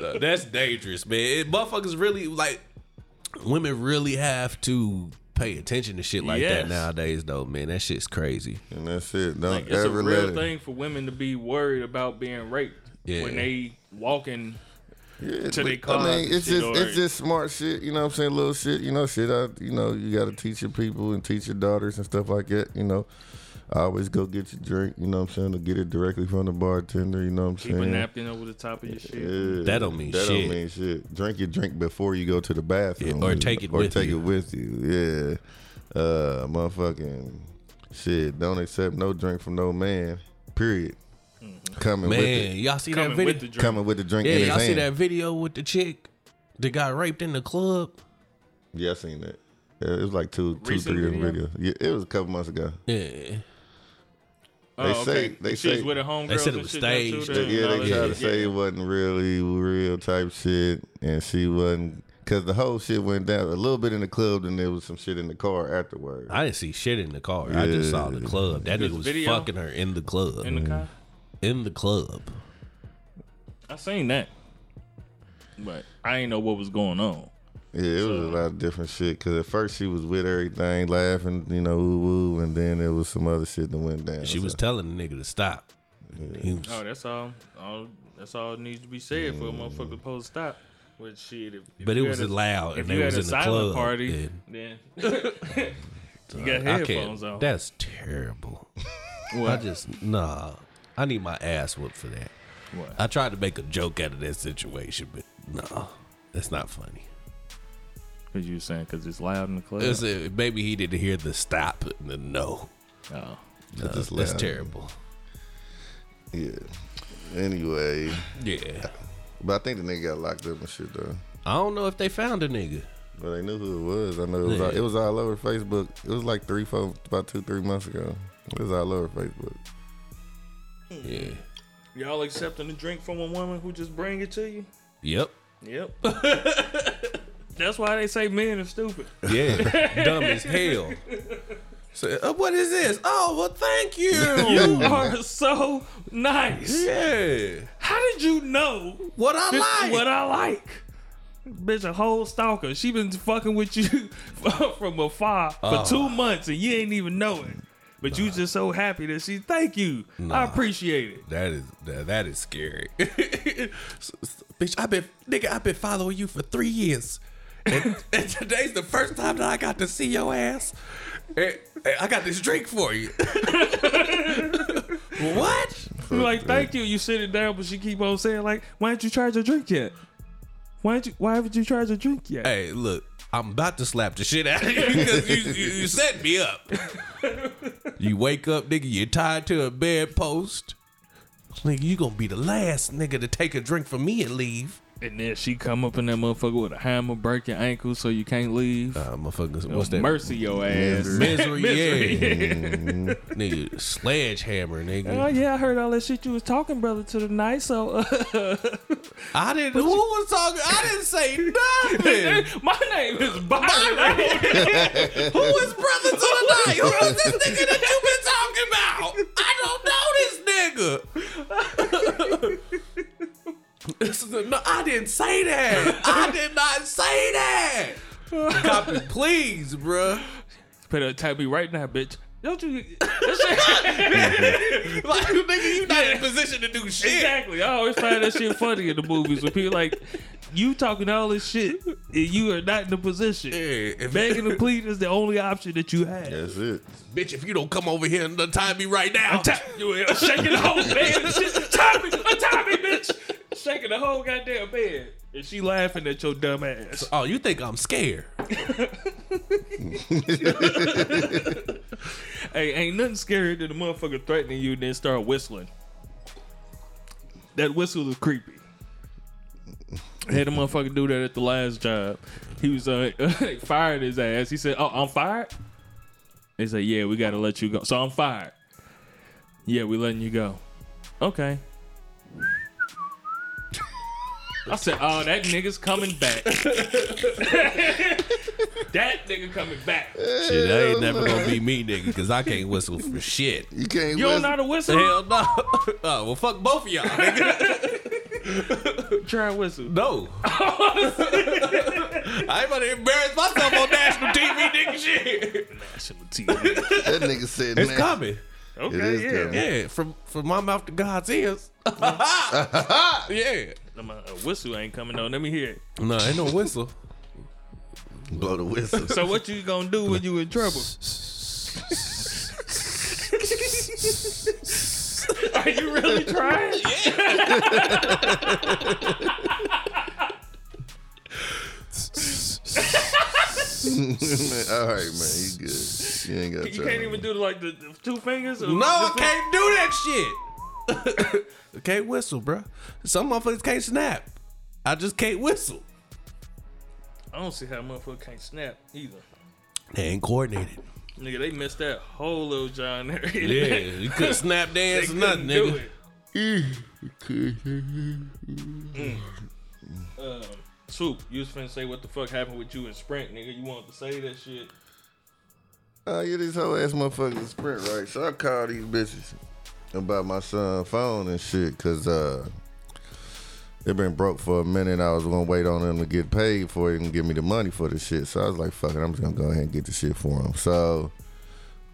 A: you.
F: Uh, That's dangerous, man. It, motherfuckers really like women really have to pay attention to shit like
C: Yes.
F: that nowadays, though, man. That shit's crazy.
A: And that's it. Don't
C: Like, it's a
A: ever
C: real
A: let it.
C: thing for women to be worried about being raped
F: Yeah.
C: when they walking.
A: Yeah,
C: to
A: but,
C: their
A: I
C: cause
A: mean,
C: and
A: it's
C: shit,
A: just
C: or-
A: it's just smart shit. You know what I'm saying? Little shit. You know, shit. I, you know, you got to teach your people and teach your daughters and stuff like that. You know, I always go get your drink. You know what I'm saying? To get it directly from the bartender. You know what I'm
C: Keep a
A: saying?
C: napkin over the top of your shit.
A: Yeah,
F: That don't mean
A: that
F: shit.
A: don't mean shit. Drink your drink before you go to the bathroom,
F: Yeah, or take it
A: or
F: with
A: take
F: you.
A: it with you. Yeah, uh, motherfucking shit. Don't accept no drink from no man. Period.
C: Mm-hmm.
A: Coming with
F: Man,
A: it.
F: y'all see that
C: Coming
F: video?
C: with the drink.
A: Coming with the drink
F: yeah,
A: in
F: y'all
A: his
F: see
A: hand.
F: that video with the chick that got raped in the club?
A: Yeah, I seen that. Yeah, it was like two, two,
C: Recent
A: three years
C: video?
A: video. Yeah, it was a couple months ago.
F: Yeah.
A: They
C: oh,
A: say-
C: okay.
A: they
C: she was
A: say-
C: with a homegirl.
F: They said it
C: and
F: was
C: shit now, too,
F: staged.
C: then,
A: yeah,
C: and all
A: they
C: that
A: tried to
C: shit.
A: say it wasn't really real type shit, and she wasn't because the whole shit went down a little bit in the club, and there was some shit in the car afterwards.
F: I didn't see shit in the car. I just saw the club. That
C: There's
F: nigga was
C: video?
F: fucking her in the club.
C: in the car.
F: In the club.
C: I seen that, but I ain't know what was going on.
A: yeah, it was a lot of different shit because at first she was with everything, laughing, you know, woo woo, and then there was some other shit that went down.
F: She was
A: so-
F: telling the nigga to stop. He was,
C: Oh, that's all. all that's all needs to be said for a motherfucker to post stop. Which shit, if, if
F: but it
C: you
F: was
C: had a-
F: loud
C: If
F: and
C: you
F: they
C: had
F: was
C: a
F: in the
C: silent
F: club.
C: party,
F: and-
C: then you got
F: I
C: headphones on.
F: can't. That's terrible. I just nah. I need my ass whooped for that.
C: What?
F: I tried to make a joke out of that situation, but no, that's not funny.
C: Cause you were saying, cause it's loud in the club.
F: It's, uh, maybe he didn't hear the stop and the no.
C: Oh.
A: That's just
F: That's
A: loud.
F: terrible.
A: Yeah. Anyway,
F: Yeah.
A: but I think the nigga got locked up and shit though.
F: I don't know if they found a nigga.
A: But they knew who it was. I know it was, all,
F: Yeah.
A: it was all over Facebook. It was like three, four, about two, three months ago. It was all over Facebook.
F: Yeah.
C: Y'all accepting a drink from a woman who just bring it to you?
F: Yep.
C: Yep. That's why they say men are stupid.
F: Yeah. Dumb as hell. So, uh, what is this? Oh, well, thank you.
C: You are so nice.
F: yeah.
C: How did you know
F: What I
C: this is
F: like.
C: what I like? Bitch, a whole stalker. She been fucking with you from afar
F: Uh.
C: for two months and you ain't even know it. But you just so happy that she thank you. I appreciate it.
F: That is that, that is scary. S- s- Bitch, I've been nigga, I've been following you for three years. And, and today's the first time that I got to see your ass. And- and I got this drink for you. what?
C: You like thank you. You sit it down, but she keep on saying like, why didn't you charge a drink yet? Why didn't you? Why haven't you charged a drink yet?
F: Hey, look, I'm about to slap the shit out of you because you, you, you set me up. you wake up, nigga, you're tied to a bedpost. Nigga, you gonna be the last nigga to take a drink from me and leave.
C: And then she come up in that motherfucker with a hammer, break your ankle so you can't leave.
F: Uh, motherfuckers,
C: What's
F: what's that?
C: Mercy your ass.
F: Misery, yeah.
C: yeah.
F: nigga, sledgehammer, nigga.
C: Oh yeah, I heard all that shit you was talking, brother, to the night. So uh,
F: I didn't. Who was talking? I didn't say nothing.
C: my name is Byron.
F: Who is brother to the night? Who is this nigga that you been talking about? I don't know this nigga. This is a- no, I didn't say that. I did not say that. Copy, please, bruh.
C: Better attack me right now, bitch. Don't you?
F: Like, nigga, you not in position to do shit.
C: Exactly. I always find that shit funny in the movies when people like you talking all this shit and you are not in the position.
F: Yeah, if-
C: Begging and pleading is the only option that you have.
A: That's it.
F: Bitch, if you don't come over here and untie me right now,
C: Tap you in, shaking the whole bed and shit. Tommy, uh, Tommy, bitch, shaking the whole goddamn bed. And she laughing at your dumb ass.
F: Oh, you think I'm scared?
C: Hey, ain't nothing scarier than a motherfucker threatening you and then start whistling. That whistle is creepy. I had a motherfucker do that at the last job. He was uh, they fired his ass. He said, "Oh, I'm fired." They said, "Yeah, we gotta let you go." So I'm fired. Yeah, we letting you go. Okay. I said, "Oh, that nigga's coming back." that nigga coming back.
F: Shit, that ain't never gonna be me, nigga, because I can't whistle for shit.
A: You can't.
C: You don't
A: listen.
C: know how to whistle?
F: Hell no. Oh, well, fuck both of y'all, nigga.
C: Try and whistle.
F: No. I ain't about to embarrass myself on national TV, nigga. Shit.
C: National TV.
A: that nigga said
F: It's
A: nah.
F: coming.
C: Okay,
A: It is
C: yeah.
A: coming.
F: Yeah, from from my mouth to God's ears. yeah.
C: I'm a, a uh, whistle ain't coming on. Let me hear it.
F: No, ain't no whistle.
A: Blow the whistle.
C: So what you gonna do when you in trouble? Are you really trying?
A: All right, man. You good? You ain't got.
C: You can't even do like the, the two fingers. Or
F: No,
C: the
F: I
C: fi-
F: can't do that shit. I can't whistle, bro. Some motherfuckers can't snap. I just can't whistle.
C: I don't see how a motherfucker can't snap either.
F: They ain't coordinated.
C: Nigga, they missed that whole little John there.
F: Yeah, you couldn't snap dance or nothing, nigga.
C: Um, Mm. Swoop, you was finna say what the fuck happened with you in Sprint, nigga. You wanted to say that shit.
A: Oh yeah, this whole ass motherfucking sprint right. So I called these bitches about my son's phone and shit, cause uh, it been broke for a minute. I was gonna wait on them to get paid for it and give me the money for the shit. So I was like, fuck it, I'm just gonna go ahead and get the shit for them. So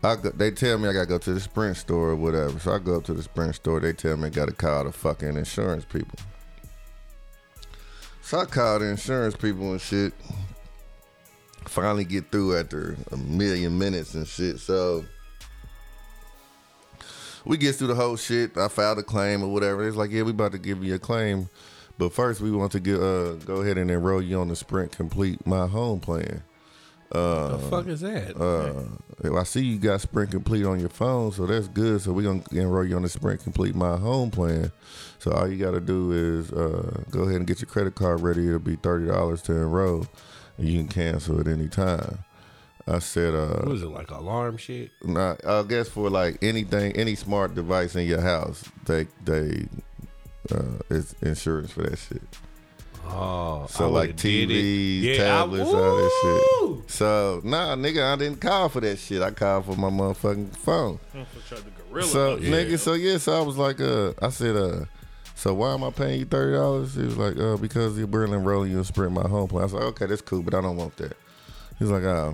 A: I go, they tell me I gotta go to the Sprint store or whatever. So I go up to the Sprint store. They tell me I gotta call the fucking insurance people. So I called the insurance people and shit finally get through after a million minutes and shit. So we get through the whole shit. I filed a claim or whatever. It's like, yeah, we about to give you a claim, but first we want to get uh, go ahead and enroll you on the Sprint Complete My Home plan.
F: the fuck is that?
A: Uh, I see you got Sprint Complete on your phone, so that's good. So we're gonna enroll you on the Sprint Complete My Home plan. So all you gotta do is uh, go ahead and get your credit card ready. It'll be thirty dollars to enroll, and you can cancel at any time. I said, uh,
F: what is it like alarm shit?
A: nah, I guess for like anything, any smart device in your house, they they uh, it's insurance for that shit.
F: Oh,
A: So
F: I
A: like
F: would've did it.
A: TVs,
F: Yeah, I-
A: tablets, all that
F: Woo!
A: shit. So nah, nigga, I didn't call for that shit. I called for my motherfucking phone.
C: Tried the gorilla.
A: So
C: punch.
A: nigga, so yeah, so I was like, uh, I said, uh, so why am I paying you thirty dollars? He was like, uh, because you're barely enrolling you in Sprint my home plan. I was like, okay, that's cool, but I don't want that. He's like, uh,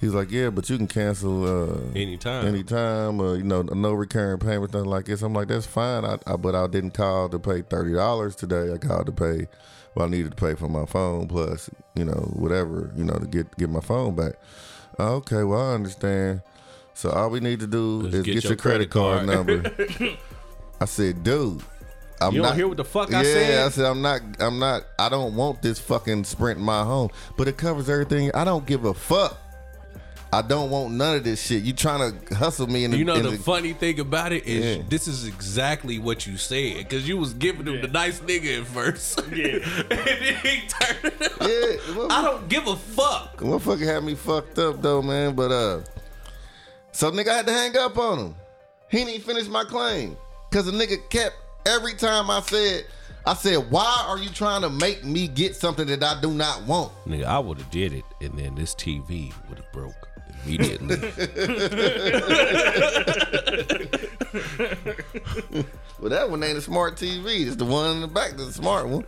A: he's like, yeah, but you can cancel uh,
F: Anytime.
A: anytime, uh, you know, no recurring payment, nothing like this. I'm like, that's fine. I, I but I didn't call to pay thirty dollars today. I called to pay. Well, I needed to pay for my phone plus, you know, whatever, you know, to get get my phone back. Okay, well I understand. So all we need to do
F: Let's
A: is get, your, credit, card, number. I said, dude, I'm
F: You
A: not
F: don't hear what the fuck
A: yeah,
F: I said?
A: I said I'm not. I'm not. I don't want this fucking Sprint in my home, but it covers everything. I don't give a fuck. I don't want none of this shit. You trying to hustle me in the
F: You know
A: in
F: the, funny thing about it is
A: Yeah.
F: this is exactly what you said because you was giving him the nice nigga at first. Yeah, and then he turned it up.
A: yeah, what-
F: I don't give a fuck.
A: Motherfucker had me fucked up though, man. But uh, so nigga I had to hang up on him. He didn't finish my claim because the nigga kept every time I said, I said, why are you trying to make me get something that I do not want?
F: Nigga, I would have did it, and then this TV would have broke immediately.
A: Well, that one ain't a smart TV. It's the one in the back that's a smart one.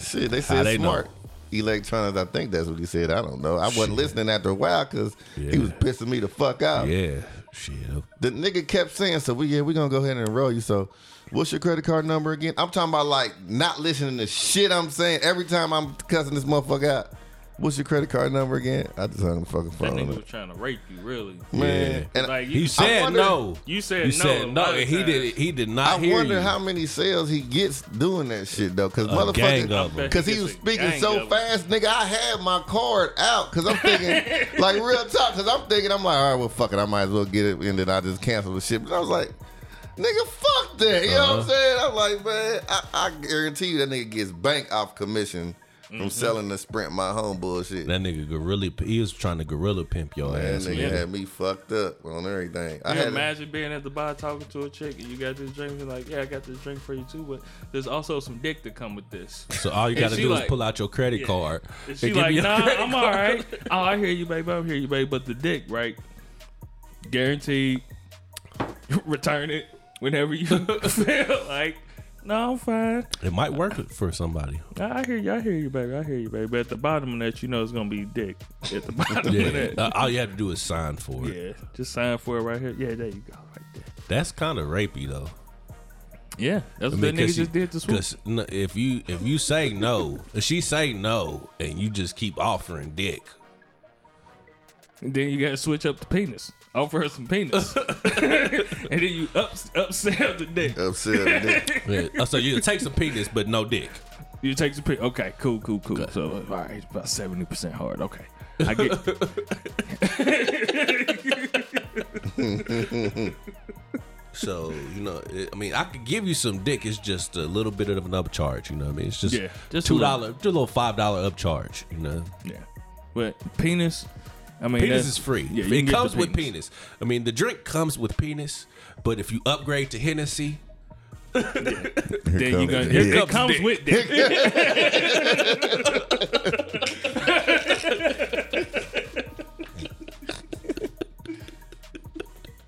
A: Shit, they
F: How
A: said
F: they know?
A: smart. Electronics, I think that's what he said. I don't know. I wasn't listening after a while because he was
F: Yeah.
A: pissing me the fuck out.
F: yeah, shit.
A: The nigga kept saying, "So we yeah, we gonna go ahead and enroll you." So, what's your credit card number again? I'm talking about like not listening to shit I'm saying every time I'm cussing this motherfucker out. What's your credit card number again? I just hung the fucking
C: that
A: phone
C: nigga
A: up.
C: was trying to rape you, really.
A: man. And
C: Like
F: He
C: you,
F: said
A: wonder-
F: no.
C: you said
F: You
C: no a
F: said no,
C: lot of
F: and he
C: times.
F: did. it- He did
A: I
F: not hear
A: wonder
F: you.
A: how many sales he gets doing that shit though, because
F: A gang
A: motherfucker,
F: of
C: I bet
F: them.
A: because
C: he
A: he was
C: gets a
A: speaking
C: gang
A: so
C: of 'em.
A: fast, nigga. I had my card out because I'm thinking, like real talk, because I'm thinking, I'm like, all right, well, fuck it, I might as well get it, and then I just cancel the shit. But I was like, nigga, fuck that. You know
F: Uh-huh.
A: what I'm saying? I'm like, man, I, I guarantee you that nigga gets bank off commission from
C: Mm-hmm.
A: selling the Sprint my home bullshit.
F: That nigga gorilla. He was trying to gorilla pimp your
A: Man,
F: ass.
A: nigga
F: man.
A: had me fucked up on everything. I
C: Can
A: had
C: you imagine being at the bar talking to a chick and you got this drink and you're like, yeah, I got this drink for you too, but there's also some dick to come with this.
F: So all you gotta
C: she
F: do is
C: like-
F: pull out your credit card.
C: And she
F: give me
C: like,
F: your
C: nah,
F: credit
C: I'm all right. Oh, I hear you, baby. I hear you, baby. But the dick, right? Guaranteed. Return it whenever you feel like. No, I'm fine.
F: It might work for somebody.
C: I I hear you. I hear you, baby. I hear you, baby. But at the bottom of that, you know it's gonna be dick. At the bottom of
F: Yeah.
C: that.
F: Uh, all you have to do is sign for it.
C: Yeah. Just sign for it right here. Yeah, there you go. Right there.
F: That's kind of rapey though.
C: Yeah. That's what that nigga
F: 'cause you-
C: just did to Swoop.
F: 'cause n- if you if you say no, if she say no, and you just keep offering dick.
C: And then you gotta switch up the penis. Offer her some penis. and then you up upsell the dick.
A: upset. nigga.
F: Yeah. Uh, so you take some penis, but no dick.
C: You take the pic. Okay, cool, cool, cool. So, uh, all right, it's about seventy percent hard. Okay, I get.
F: So you know, it, I mean, I could give you some dick. It's just a little bit of an upcharge. You know what I mean? It's just
C: Yeah, just a
F: two
C: little.
F: dollar, just a little five dollar upcharge. You know,
C: yeah, but penis. I mean,
F: penis
C: that's-
F: is free.
C: Yeah, you can
F: it
C: get the
F: comes with penis. I mean, the drink comes with penis, but if you upgrade to Hennessy,
C: Then you
A: comes
C: gonna.
A: dick.
C: It,
F: Here
C: it
F: comes
C: comes
F: dick.
C: with dick.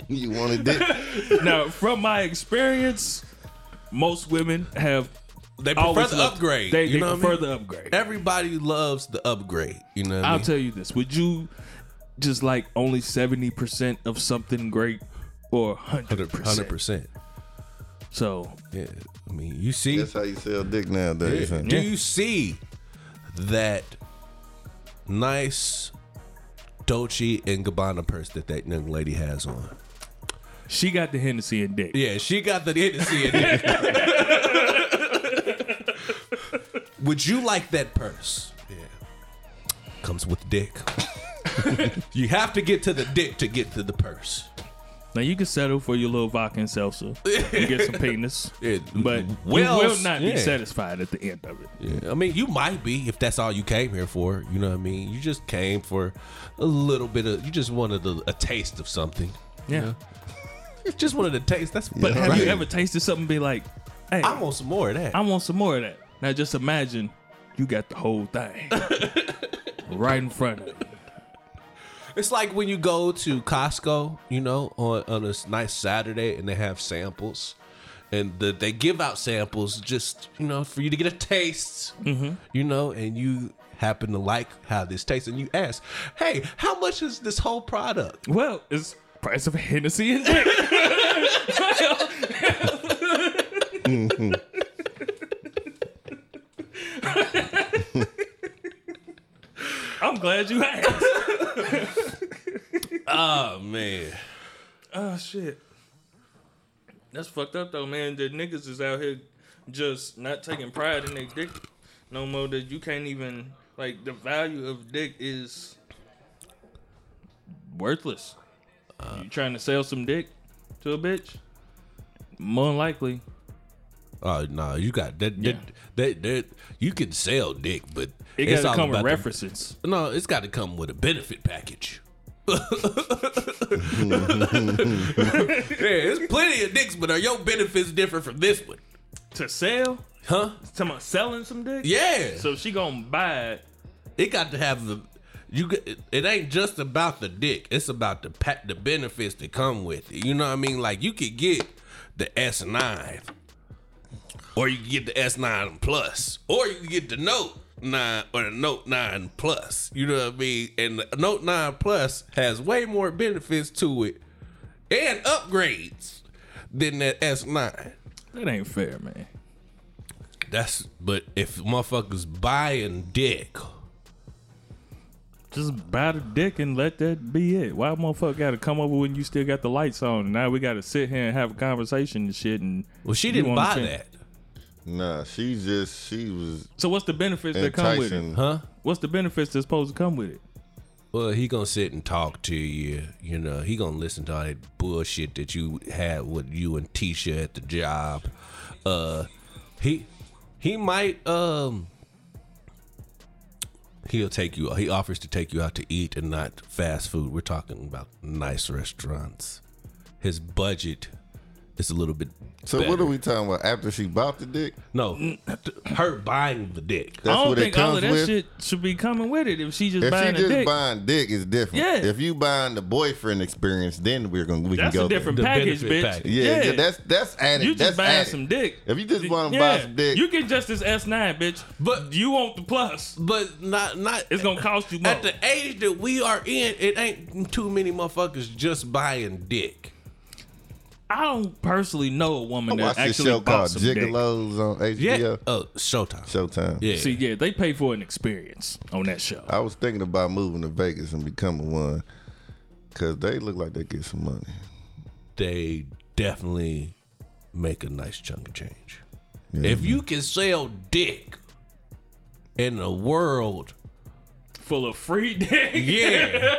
A: you wanted it.
C: now, from my experience, most women have
F: they prefer
C: always
F: the
C: loved-
F: upgrade.
C: They,
F: you
C: they
F: know what I mean?
C: prefer the upgrade.
F: Everybody loves the upgrade. You know, what I
C: I'll
F: mean?
C: tell you this: Would you just like only seventy percent of something great, or hundred
F: hundred
C: percent?
F: percent.
C: So
F: Yeah, I mean, you see,
A: That's how you sell dick nowadays. huh?
F: do you see that nice Dolce and Gabbana purse that that young lady has on?
C: she got the Hennessy and dick.
F: Yeah, she got the Hennessy in it. Would you like that purse? Yeah. Comes with dick. you have to get to the dick to get to the purse.
C: Now you can settle for your little vodka and seltzer. You get some penis,
F: It-
C: but
F: well,
C: you will not
F: yeah.
C: be satisfied at the end of it.
F: Yeah, I mean, you might be if that's all you came here for. You know what I mean? You just came for a little bit of. You just wanted a, a taste of something.
C: Yeah.
F: You just wanted a taste. That's.
C: But have you
A: right.
C: ever tasted something and be like, hey,
F: I want some more of that.
C: I want some more of that. Now just imagine you got the whole thing right in front of you.
F: It's like when you go to Costco, you know, on, on a s- nice Saturday and they have samples. And the, they give out samples just, you know, for you to get a taste,
C: Mm-hmm.
F: you know, and you happen to like how this tastes. And you ask, hey, how much is this whole product?
C: Well, it's price of Hennessy and dick. I'm glad you asked.
F: Oh, man.
C: Oh shit. That's fucked up though, man. The niggas is out here just not taking pride in their dick no more that you can't even like the value of dick is worthless.
F: Uh,
C: you trying to sell some dick to a bitch? More than likely.
F: Oh, no, you got that.
C: Yeah.
F: That, that, that- You can sell dick, but
C: It
F: it's
C: gotta
F: all
C: come with
F: about the-
C: references.
F: no, it's got to come with a benefit package. yeah, there's plenty of dicks, but are your benefits different from this one?
C: To sell?
F: Huh?
C: Talking about selling some dick?
F: Yeah.
C: So she gonna buy it.
F: it got to have the you. g- It ain't just about the dick. It's about the pa- the benefits that come with it. You know what I mean? Like you could get the S nine, or you could get the S nine plus, or you could get the Note nine or the Note nine plus. You know what I mean? And the Note nine plus has way more benefits to it and upgrades than that S nine.
C: That ain't fair, man.
F: That's but if motherfuckers buying dick.
C: Just buy the dick and let that be it. Why motherfucker gotta come over when you still got the lights on? Now we gotta sit here and have a conversation and shit. And
F: Well, she
C: you
F: didn't buy
C: understand-
F: that.
A: Nah, she just she was
C: So what's the benefits that come with it?
A: enticing.
F: Huh?
C: What's the benefits that's supposed to come with it?
F: Well, he gonna sit and talk to you. You know, he gonna listen to all that bullshit that you had with you and Tisha at the job. Uh, he he might um he'll take you. He offers to take you out to eat and not fast food. We're talking about nice restaurants. His budget is a little bit.
A: So
F: better.
A: what are we talking about? After she bought the dick,
F: No, her buying the dick.
A: that's
C: I don't
A: what
C: think
A: it comes
C: all of that
A: with.
C: shit should be coming with it. If she just
A: if she
C: buying
A: just
C: a dick,
A: buying dick is different.
C: Yeah.
A: If you buying the boyfriend experience, then we're gonna we
C: that's
A: can go
C: a different
F: The
C: package,
F: benefit
C: bitch.
F: package.
A: There. Yeah, yeah, that's that's added.
C: you just
A: that's
C: buying
A: added.
C: some dick.
A: If you just wanna
C: Yeah.
A: buy some dick,
C: you get just this S nine, bitch.
F: But-
C: you want the plus.
F: But not not
C: It's gonna cost you more.
F: At the age that we are in, it ain't too many motherfuckers just buying dick.
C: I don't personally know a woman
A: I
C: that
A: watched this
C: actually
A: show
C: bought
A: called
C: some dick.
A: Gigolos on HBO
F: Oh, Showtime.
A: Showtime.
F: yeah.
C: See, yeah, they pay for an experience on that show.
A: I was thinking about moving to Vegas and becoming one, cause they look like they get some money.
F: they definitely make a nice chunk of change. If you can sell dick in the world,
C: Full of free dick.
F: yeah,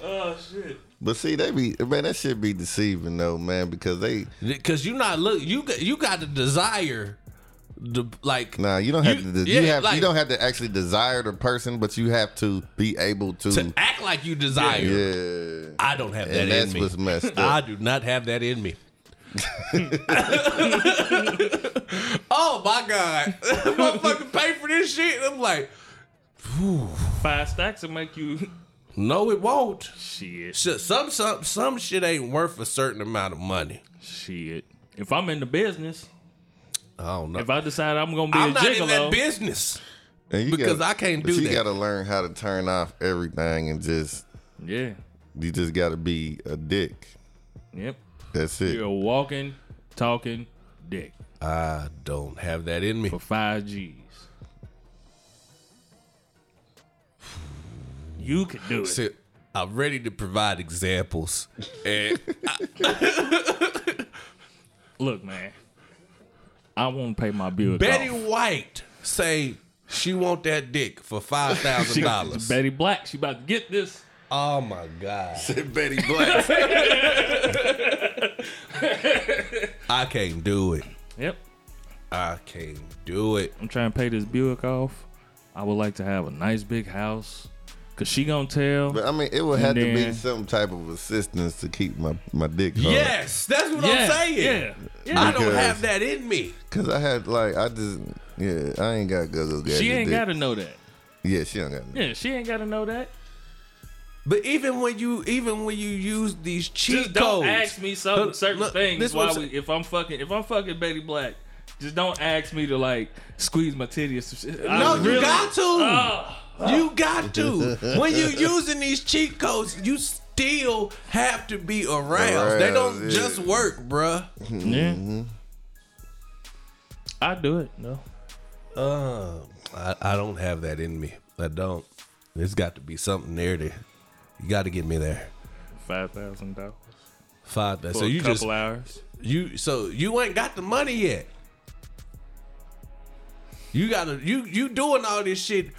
C: Oh shit.
A: But see, they be man, that shit be deceiving though, man, because they
F: because you're not look you got you got the desire, the like
A: nah, you don't have
F: You-
A: to.
F: yeah,
A: you have
F: like-
A: you don't have to actually desire the person, but you have to be able to.
F: to act like you desire.
A: yeah,
F: I don't have that
A: and
F: in
A: that's
F: me.
A: what's messed
F: I
A: up.
F: do not have that in me. oh my god! Motherfucker, pay for this shit. I'm like,
C: Five stacks will make you
F: no, it won't.
C: shit.
F: Shit, Some some some shit ain't worth a certain amount of money.
C: Shit. If I'm in the business,
F: I don't know.
C: if I decide I'm gonna be
F: I'm
C: a
F: not in that
C: gigolo,
F: business.
A: And you
F: because I can't
A: but
F: do
A: You
F: that.
A: got to learn how to turn off everything and just
C: yeah,
A: you just got to be a dick.
C: yep,
A: That's it.
C: you're a walking, talking dick
F: I don't have that in me.
C: for five G's. You can do it.
F: Shit, I'm ready to provide examples. And
C: Look, man, I won't pay my bill.
F: Betty White say She want that dick for five thousand dollars.
C: Betty Black, she about to get this.
F: Oh my god!
A: Betty Black.
F: I can't do it.
C: Yep.
F: I can't do it.
C: I'm trying to pay this Buick off. I would like to have a nice big house. Cause she gonna tell.
A: but I mean, it would have to be
C: Then-
A: some type of assistance to keep my my dick hard.
F: Yes, that's what
C: yeah,
F: I'm saying.
C: yeah, yeah.
F: I don't
A: Because-
F: have that in me.
A: Cause I had like I just yeah I ain't got go go.
C: she ain't gotta know that.
A: Yeah, she ain't got.
C: Yeah, she ain't gotta know that.
F: But even when you even when you use these cheat
C: Just
F: codes,
C: don't ask me some
F: Look,
C: certain
F: look,
C: things.
F: this
C: Why
F: what I'm
C: we,
F: saying.
C: if I'm fucking if I'm fucking Betty Black, just don't ask me to like squeeze my titty or some shit. I
F: No,
C: really-
F: you got to. Oh. You got to. when you using these cheat codes, you still have to be aroused. they don't
A: Aroused, yeah.
F: just work, bruh.
C: Yeah. I do it. No.
F: Um, I, I don't have that in me. I don't. There's got to be something there to. You got to get me there.
C: Five thousand dollars.
F: Five. So
C: So
F: you
C: a couple
F: just
C: hours.
F: you so you ain't got the money yet. You gotta you you doing all this shit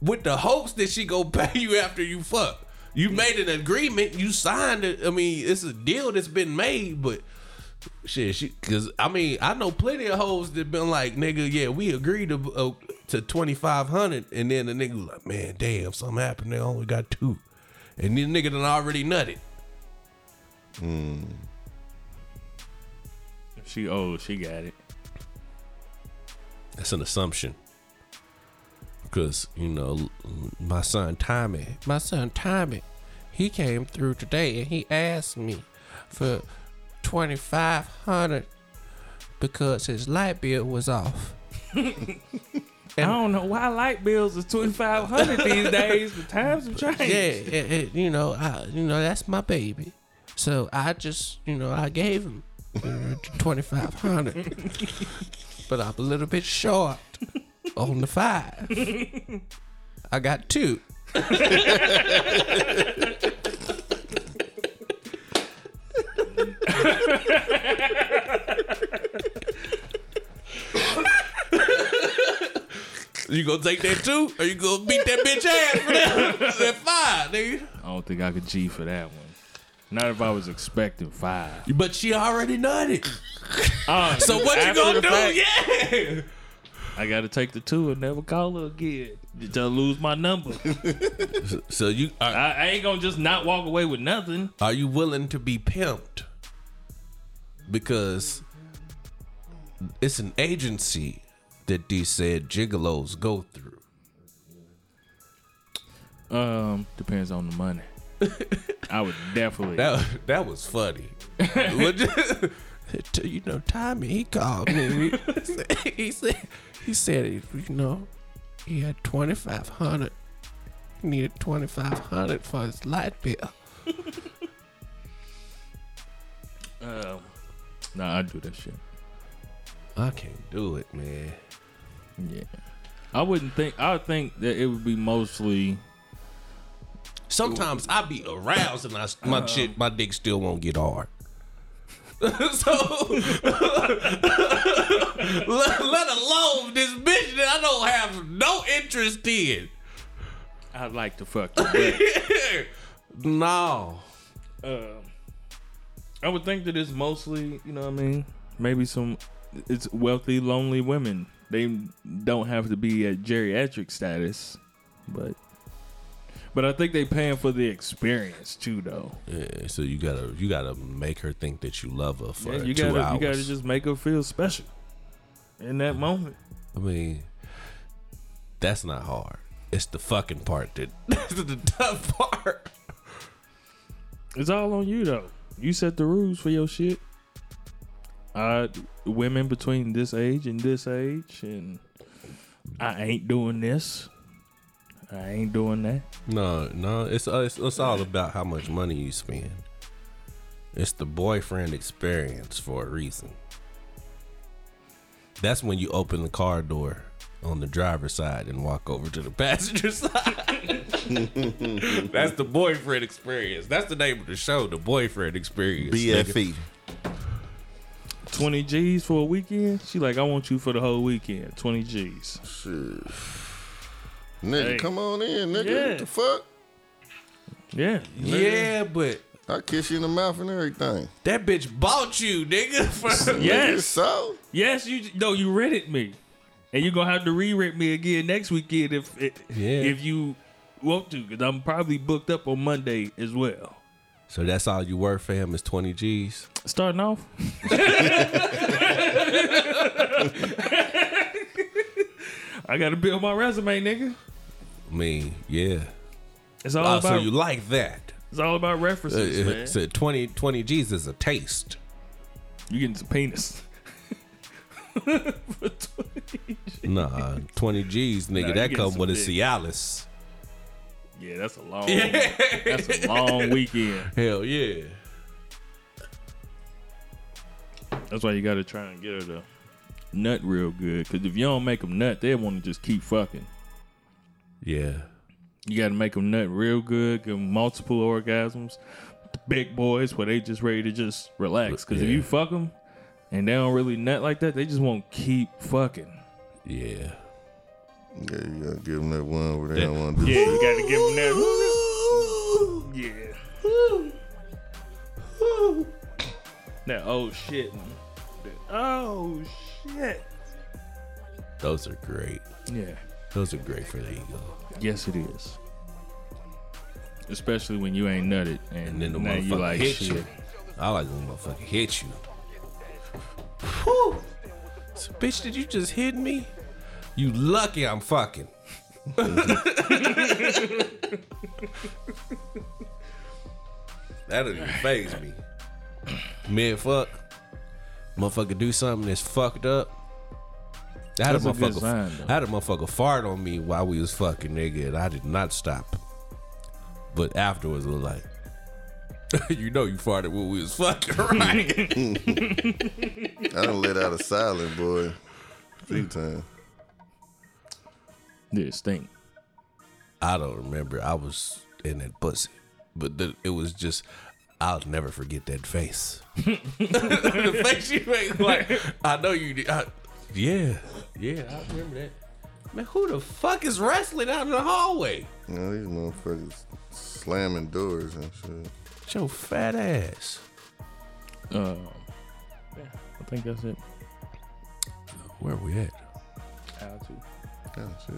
F: with the hopes that she go pay you after you fuck. You made an agreement. You signed it. I mean, it's a deal that's been made, but shit, she because I mean I know plenty of hoes that been like nigga, yeah, we agreed to uh, to twenty five hundred, and then the nigga was like, man, damn, something happened. They only got two, and then nigga done already nutted.
C: If she old, she got it.
F: That's an assumption. Because, you know, l- my son Tommy, my son Tommy, he came through today and he asked me for 2500 because his light bill was off.
C: I don't know why light bills is twenty five hundred these days. The times have changed.
F: Yeah, it- it- you know, I, you know, that's my baby. So I just, you know, I gave him 2500 But I'm a little bit short on the five. I got two. You gonna take that two, or you gonna beat that bitch ass for that, that five, nigga?
C: I don't think I could G for that one. Not if I was expecting five.
F: But she already nutted.
C: Uh,
F: So what you
C: after
F: gonna
C: the
F: do?
C: fact,
F: yeah.
C: I gotta take the two and never call her again. Just lose my number.
F: So you are,
C: I, I ain't gonna just not walk away with nothing.
F: are you willing to be pimped? Because it's an agency that these said gigolos go through.
C: Um, depends on the money. I would definitely.
F: That that was funny. Would you- T- you know, Tommy he called me. he said he said you know he had twenty five hundred. He needed twenty five hundred for his light bill.
C: um, nah, I do that shit.
F: I can't do it, man.
C: Yeah, I wouldn't think. I would think that it would be mostly.
F: Sometimes I be aroused and I my
C: Uh-huh.
F: shit my dick still won't get hard. so let, let alone this bitch that I don't have no interest in.
C: I'd like to fuck. you, but,
F: No.
C: um, I would think that it's mostly. You know what I mean? Maybe some. It's wealthy, lonely women. They don't have to be at geriatric status, but. But I think they paying for the experience too, though.
F: Yeah, so you gotta you gotta make her think that you love her for
C: Yeah, you
F: 2
C: gotta
F: hours.
C: you gotta just make her feel special in that moment.
F: I mean, that's not hard. It's the fucking part that that's the tough part.
C: It's all on you though. You set the rules for your shit. Uh, women between this age and this age, and I ain't doing this. I ain't doing that.
F: No, no, it's uh, it's, it's all about how much money you spend. It's the boyfriend experience for a reason. That's when you open the car door on the driver's side and walk over to the passenger side. That's the
A: E.
F: boyfriend experience. That's the name of the show, the boyfriend experience. nigga.
A: BFE.
C: twenty G's for a weekend. She like, I want you for the whole weekend. Twenty G's.
A: Shit. Nigga,
C: Hey.
A: come on in, nigga.
C: Yeah.
A: What the fuck?
C: Yeah.
B: Yeah, but
A: I kiss you in the mouth and everything.
B: that bitch bought you, nigga. For,
A: Nigga,
C: Yes.
A: so
C: Yes. You no. You rented me, and you're gonna have to re-rent me again next weekend if if,
F: Yeah.
C: if you want to, because I'm probably booked up on Monday as well.
F: So that's all you worth for him is 20 G's.
C: Starting off. I gotta build my resume, nigga.
F: I mean, yeah.
C: It's all
F: Oh, so
C: about
F: you like that?
C: it's all about
F: Uh,
C: references,
F: uh,
C: man.
F: so 20, 20 G's is a taste.
C: You getting some penis. For 20.
F: Nah, 20 G's, nigga,
C: you
F: that
C: getting
F: come
C: some
F: with a
C: dick.
F: Cialis.
C: Yeah, that's a long that's a long weekend.
F: Hell yeah.
C: That's why you gotta try and get her to nut real good. Cause if you don't make them nut, they wanna just keep fucking.
F: Yeah.
C: You gotta make them nut real good, give 'em multiple orgasms. Big boys where they just ready to just relax. Cause if
F: Yeah.
C: you fuck them and they don't really nut like that, they just won't keep fucking.
F: Yeah.
A: yeah, you gotta give them that one where they don't want to do.
C: Yeah, you gotta give them that. Yeah. That oh shit one. That, oh shit.
F: Those are great.
C: Yeah.
F: Those are great for the ego.
C: Yes, it is. Especially when you ain't nutted and,
F: And then the
C: now
F: motherfucker
C: you like
F: hit
C: shit.
F: you. I like when motherfucker hit you. So, bitch, did you just hit me? You lucky I'm fucking. that don't even phase me. Mid fuck. Motherfucker do something that's fucked up. I had, a
C: That's a good
F: motherfucker,
C: sign, though.
F: I had a motherfucker fart on me while we was fucking, nigga, and I did not stop. But afterwards, it was like, you know, you farted when we was fucking, right?
A: I done let out a silent boy. Few times.
C: Yeah, stink.
F: I don't remember. I was in that pussy, but the, it was just. I'll never forget that face. the face you made, like I know you. Did, I, yeah, yeah, I remember that. Man, who the fuck is wrestling out in the hallway?
A: You know, these motherfuckers slamming doors and shit.
F: It's your fat ass.
C: Uh, yeah, I think that's it.
F: Where we at?
C: Attitude.
A: Oh, shit.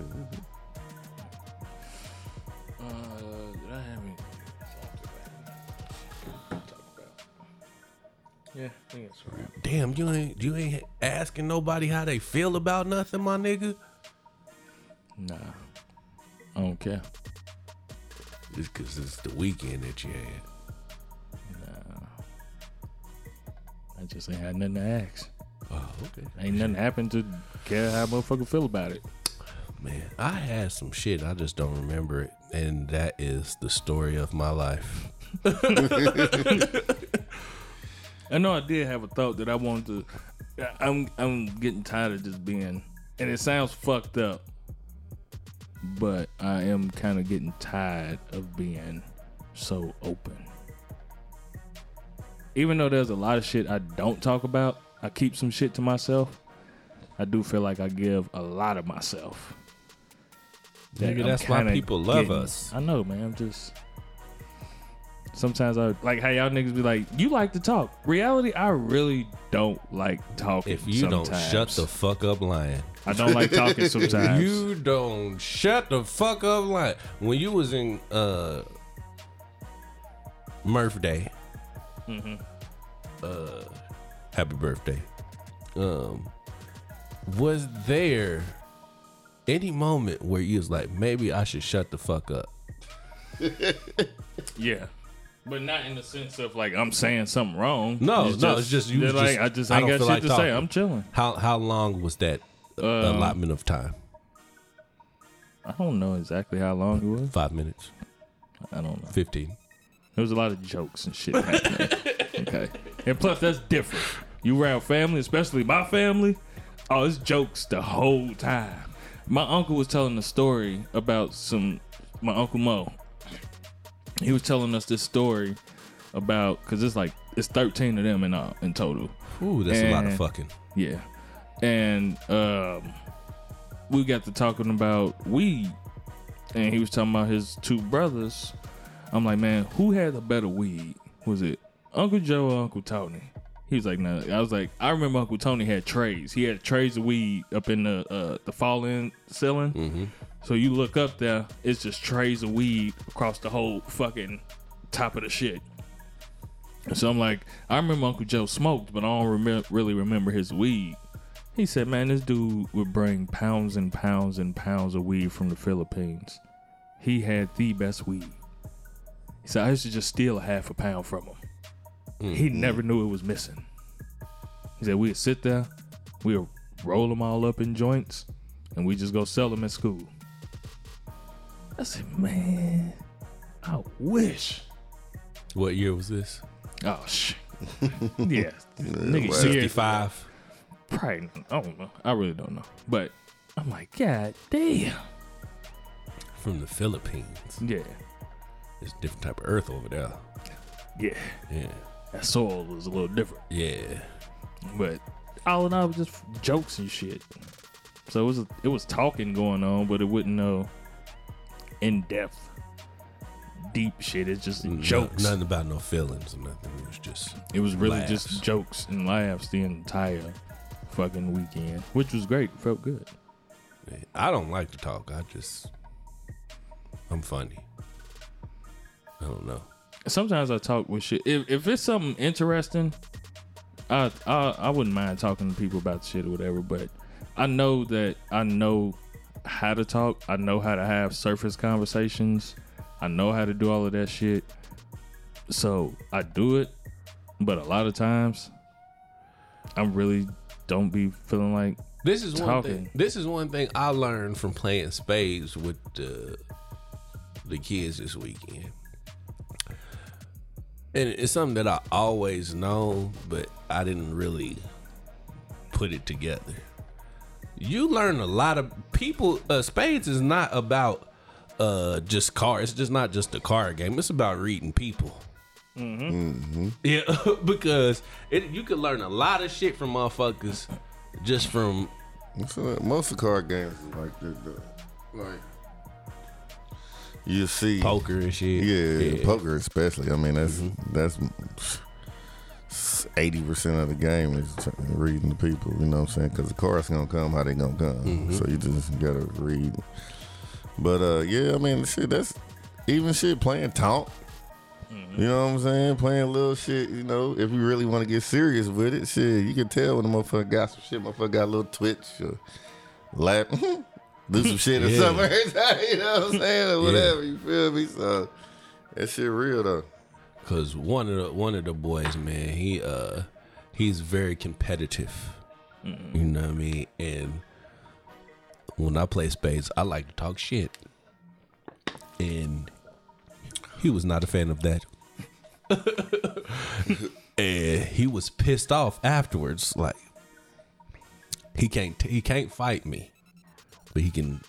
C: Uh, did I have any? Yeah, I think that's right.
F: Damn, you ain't you ain't asking nobody how they feel about nothing, my nigga.
C: Nah, I don't care.
F: It's cause it's the weekend that you had.
C: I just ain't had nothing to ask.
F: Oh, okay.
C: Ain't nothing happened to care how motherfucker feel about it.
F: Man, I had some shit. I just don't remember it. And that is the story of my life.
C: I know I did have a thought that I wanted to. I- I'm I'm getting tired of just being, and it sounds fucked up, but I am kind of getting tired of being so open. Even though there's a lot of shit I don't talk about, I keep some shit to myself. I do feel like I give a lot of myself. That
F: Nigga,
C: I'm
F: that's why
C: kinda
F: people love
C: getting-
F: us.
C: I know, man. I'm just. Sometimes I like how y'all niggas be like, you like to talk. Reality, I really don't like talking.
F: If you don't shut
C: sometimes.
F: the fuck up lying.
C: I don't like talking sometimes.
F: You don't shut the fuck up lying. When you was in uh Murph Day. Uh happy birthday. Um was there any moment where you was like, maybe I should shut the fuck up?
C: yeah, but not in the sense of like I'm saying something wrong.
F: No, no, it's just you
C: they're
F: was
C: like
F: just-
C: I just
F: I
C: ain't
F: don't
C: got
F: feel
C: shit
F: like
C: to say.
F: talking.
C: I'm chilling.
F: How how long was that uh, allotment of time?
C: I don't know exactly how long it was.
F: Five minutes,
C: I don't know.
F: fifteen.
C: There was a lot of jokes and shit happening. okay. And plus, that's different. You around family, especially my family, oh, it's jokes the whole time. My uncle was telling a story about some, my Uncle Mo. He was telling us this story about, because it's like it's thirteen of them in all, in total.
F: Ooh, that's a lot of
C: And-
F: fucking.
C: Yeah. And um we got to talking about weed. And he was talking about his two brothers. I'm like, man, who had the better weed? Was it Uncle Joe or Uncle Tony? He was like, no. I was like, I remember Uncle Tony had trays. He had trays of weed up in the uh, the fall in ceiling. So you look up there, it's just trays of weed across the whole fucking top of the shit. So I'm like, I remember Uncle Joe smoked, but I don't remember, really remember his weed. He said, man, this dude would bring pounds and pounds and pounds of weed from the Philippines. He had the best weed. He said, I used to just steal a half a pound from him. He never knew it was missing. He said, we'd sit there, we'd roll them all up in joints, and we just go sell them at school. I said, man, I wish.
F: What year was this?
C: Oh shit. yeah. Nigga,
A: well.
C: sixty five.
F: 55.
C: Probably I don't know. I really don't know. But I'm like, God damn.
F: From the Philippines.
C: Yeah.
F: It's a different type of earth over there.
C: Yeah.
F: Yeah.
C: That soil was a little different.
F: Yeah.
C: But all in all it was just jokes and shit. So it was it was talking going on, but it wasn't no in depth deep shit. It's just
F: Mm, No-
C: Mm-hmm. jokes.
F: nothing about no feelings or nothing. It was just.
C: It was really
F: Laughs.
C: just jokes and laughs the entire fucking weekend. Which was great. Felt good.
F: I don't like to talk. I just. I'm funny. I don't know.
C: sometimes I talk with shit. If, if it's something interesting, I, I I wouldn't mind talking to people about shit or whatever. But I know that I know how to talk. I know how to have surface conversations. I know how to do all of that shit. So I do it, but a lot of times, I really don't be feeling like
F: This is one
C: Talking.
F: thing. This is one thing I learned from playing spades with the the kids this weekend, and it's something that I always know, but I didn't really put it together. You learn a lot of people. Uh, spades is not about uh, just cards. It's just not just a card game. It's about reading people. Yeah, because it, you could learn a lot of shit from motherfuckers just from
A: So, most of the card games is like this, though. Like you see,
F: poker and shit.
A: yeah, Mm-hmm. poker especially. I mean, that's that's eighty percent of the game is t- reading the people. You know what I'm saying? Because the cards gonna come how they gonna come. So you just gotta read. But uh, yeah, I mean, shit, that's even shit playing taunt. You know what I'm saying? Playing little shit, you know, if you really want to get serious with it, shit, you can tell when the motherfucker got some shit, motherfucker got a little twitch or laugh, do some shit or
F: Yeah.
A: something every time, you know what I'm saying? Or whatever, you feel me? So that shit real though.
F: Cause one of the one of the boys, man, he uh he's very competitive. You know what I mean? And when I play spades, I like to talk shit. And he was not a fan of that. and he was pissed off afterwards. Like he can't he can't fight me, but he can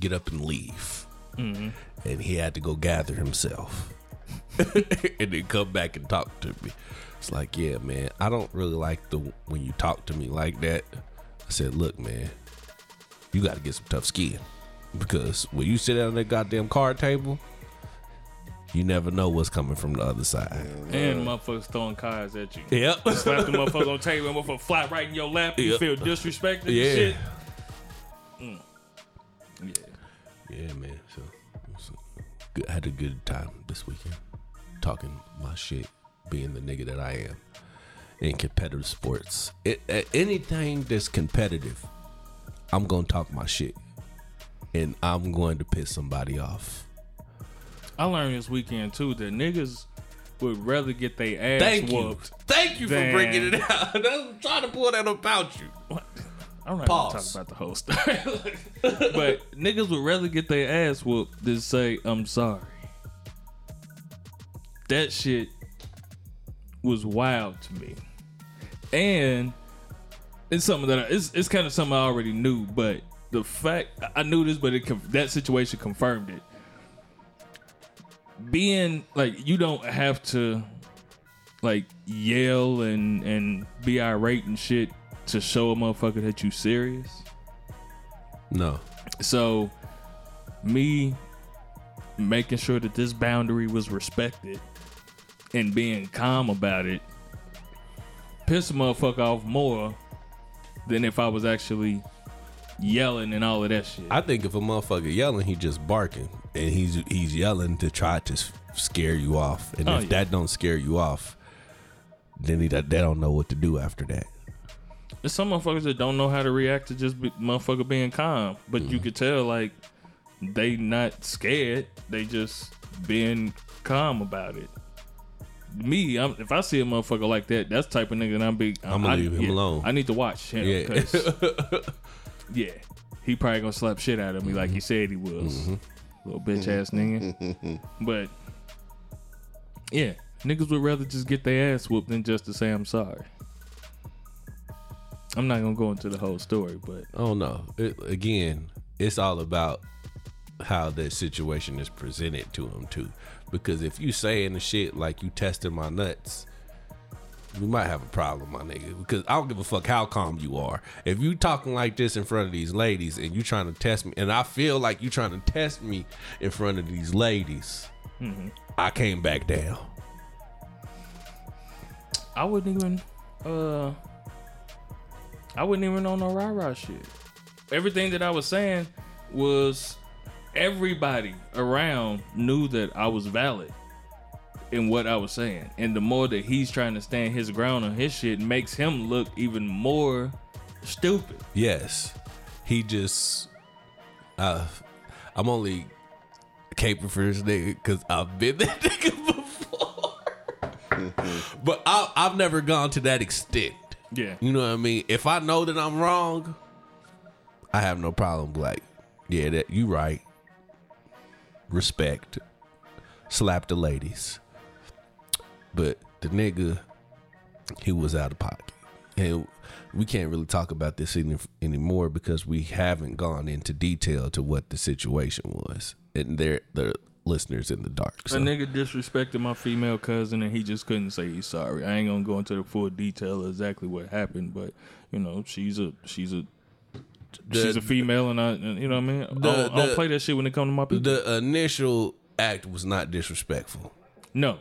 F: get up and leave. And he had to go gather himself and then come back and talk to me. It's like, yeah, man, I don't really like the when you talk to me like that. I said, look, man, you got to get some tough skin because when you sit down at that goddamn card table, you never know what's coming from the other side.
C: and motherfuckers throwing cards at you.
F: Yep.
C: Slap the motherfucker on the table and motherfucker fly right in your lap. and You
F: Yeah.
C: feel disrespected
F: Yeah.
C: and shit. Mm. Yeah.
F: Yeah, man. So, so good, had a good time this weekend talking my shit, being the nigga that I am in competitive sports. It, uh, anything that's competitive, I'm gonna talk my shit, and I'm going to piss somebody off.
C: I learned this weekend too that niggas would rather get their ass
F: Thank you,
C: whooped.
F: thank you
C: Damn.
F: for bringing it out. I'm trying to pull that about you.
C: I'm not gonna talk
F: Pause.
C: about the whole story, but niggas would rather get their ass whooped than say I'm sorry. That shit was wild to me, and it's something that I, it's it's kind of something I already knew, but the fact I knew this, but it conf- that situation confirmed it. Being like you don't have to like yell and and be irate and shit to show a motherfucker that you serious.
F: No.
C: So me making sure that this boundary was respected and being calm about it pissed a motherfucker off more than if I was actually yelling and all of that shit.
F: I think if a motherfucker yelling, he just barking, and he's he's yelling to try to s- scare you off. And
C: Oh,
F: if
C: yeah.
F: that don't scare you off, then he, don't- they don't know what to do after that.
C: There's some motherfuckers that don't know how to react to just be, motherfucker being calm, but you
F: Mm-hmm.
C: could tell like they not scared. They just being calm about it. Me, I'm, if I see a motherfucker like that, that's the type of nigga that I'm be.
F: I'ma
C: I-
F: leave him
C: yeah,
F: alone.
C: I need to watch him.
F: Yeah.
C: 'cause- yeah, he probably gonna slap shit out of me like he said he was. Little bitch ass nigga. but yeah, niggas would rather just get their ass whooped than just to say I'm sorry. I'm not gonna go into the whole story, but
F: Oh no! It, again, it's all about how the situation is presented to him too. Because if you saying the shit like you testing my nuts, we might have a problem, my nigga. Because I don't give a fuck how calm you are. If you talking like this in front of these ladies and you trying to test me, and I feel like you trying to test me in front of these ladies, I came back down.
C: I wouldn't even uh I wouldn't even on no rah rah shit. Everything that I was saying was everybody around knew that I was valid in what I was saying. And the more that he's trying to stand his ground on his shit makes him look even more stupid.
F: Yes. He just uh I'm only caping for this nigga because I've been that nigga before. but I I've never gone to that extent.
C: Yeah.
F: You know what I mean? If I know that I'm wrong, I have no problem be like, yeah, that you right. Respect. Slap the ladies. But the nigga, he was out of pocket. And we can't really talk about this any, anymore because we haven't gone into detail to what the situation was. And they're the listeners in the dark.
C: A
F: So
C: nigga disrespected my female cousin and he just couldn't say he's sorry. I ain't gonna go into the full detail of exactly what happened, but you know, she's a she's a she's a female and I you know what I mean? I, don't, I
F: the-
C: don't play that shit when it comes to my people.
F: the initial act was not disrespectful.
C: no.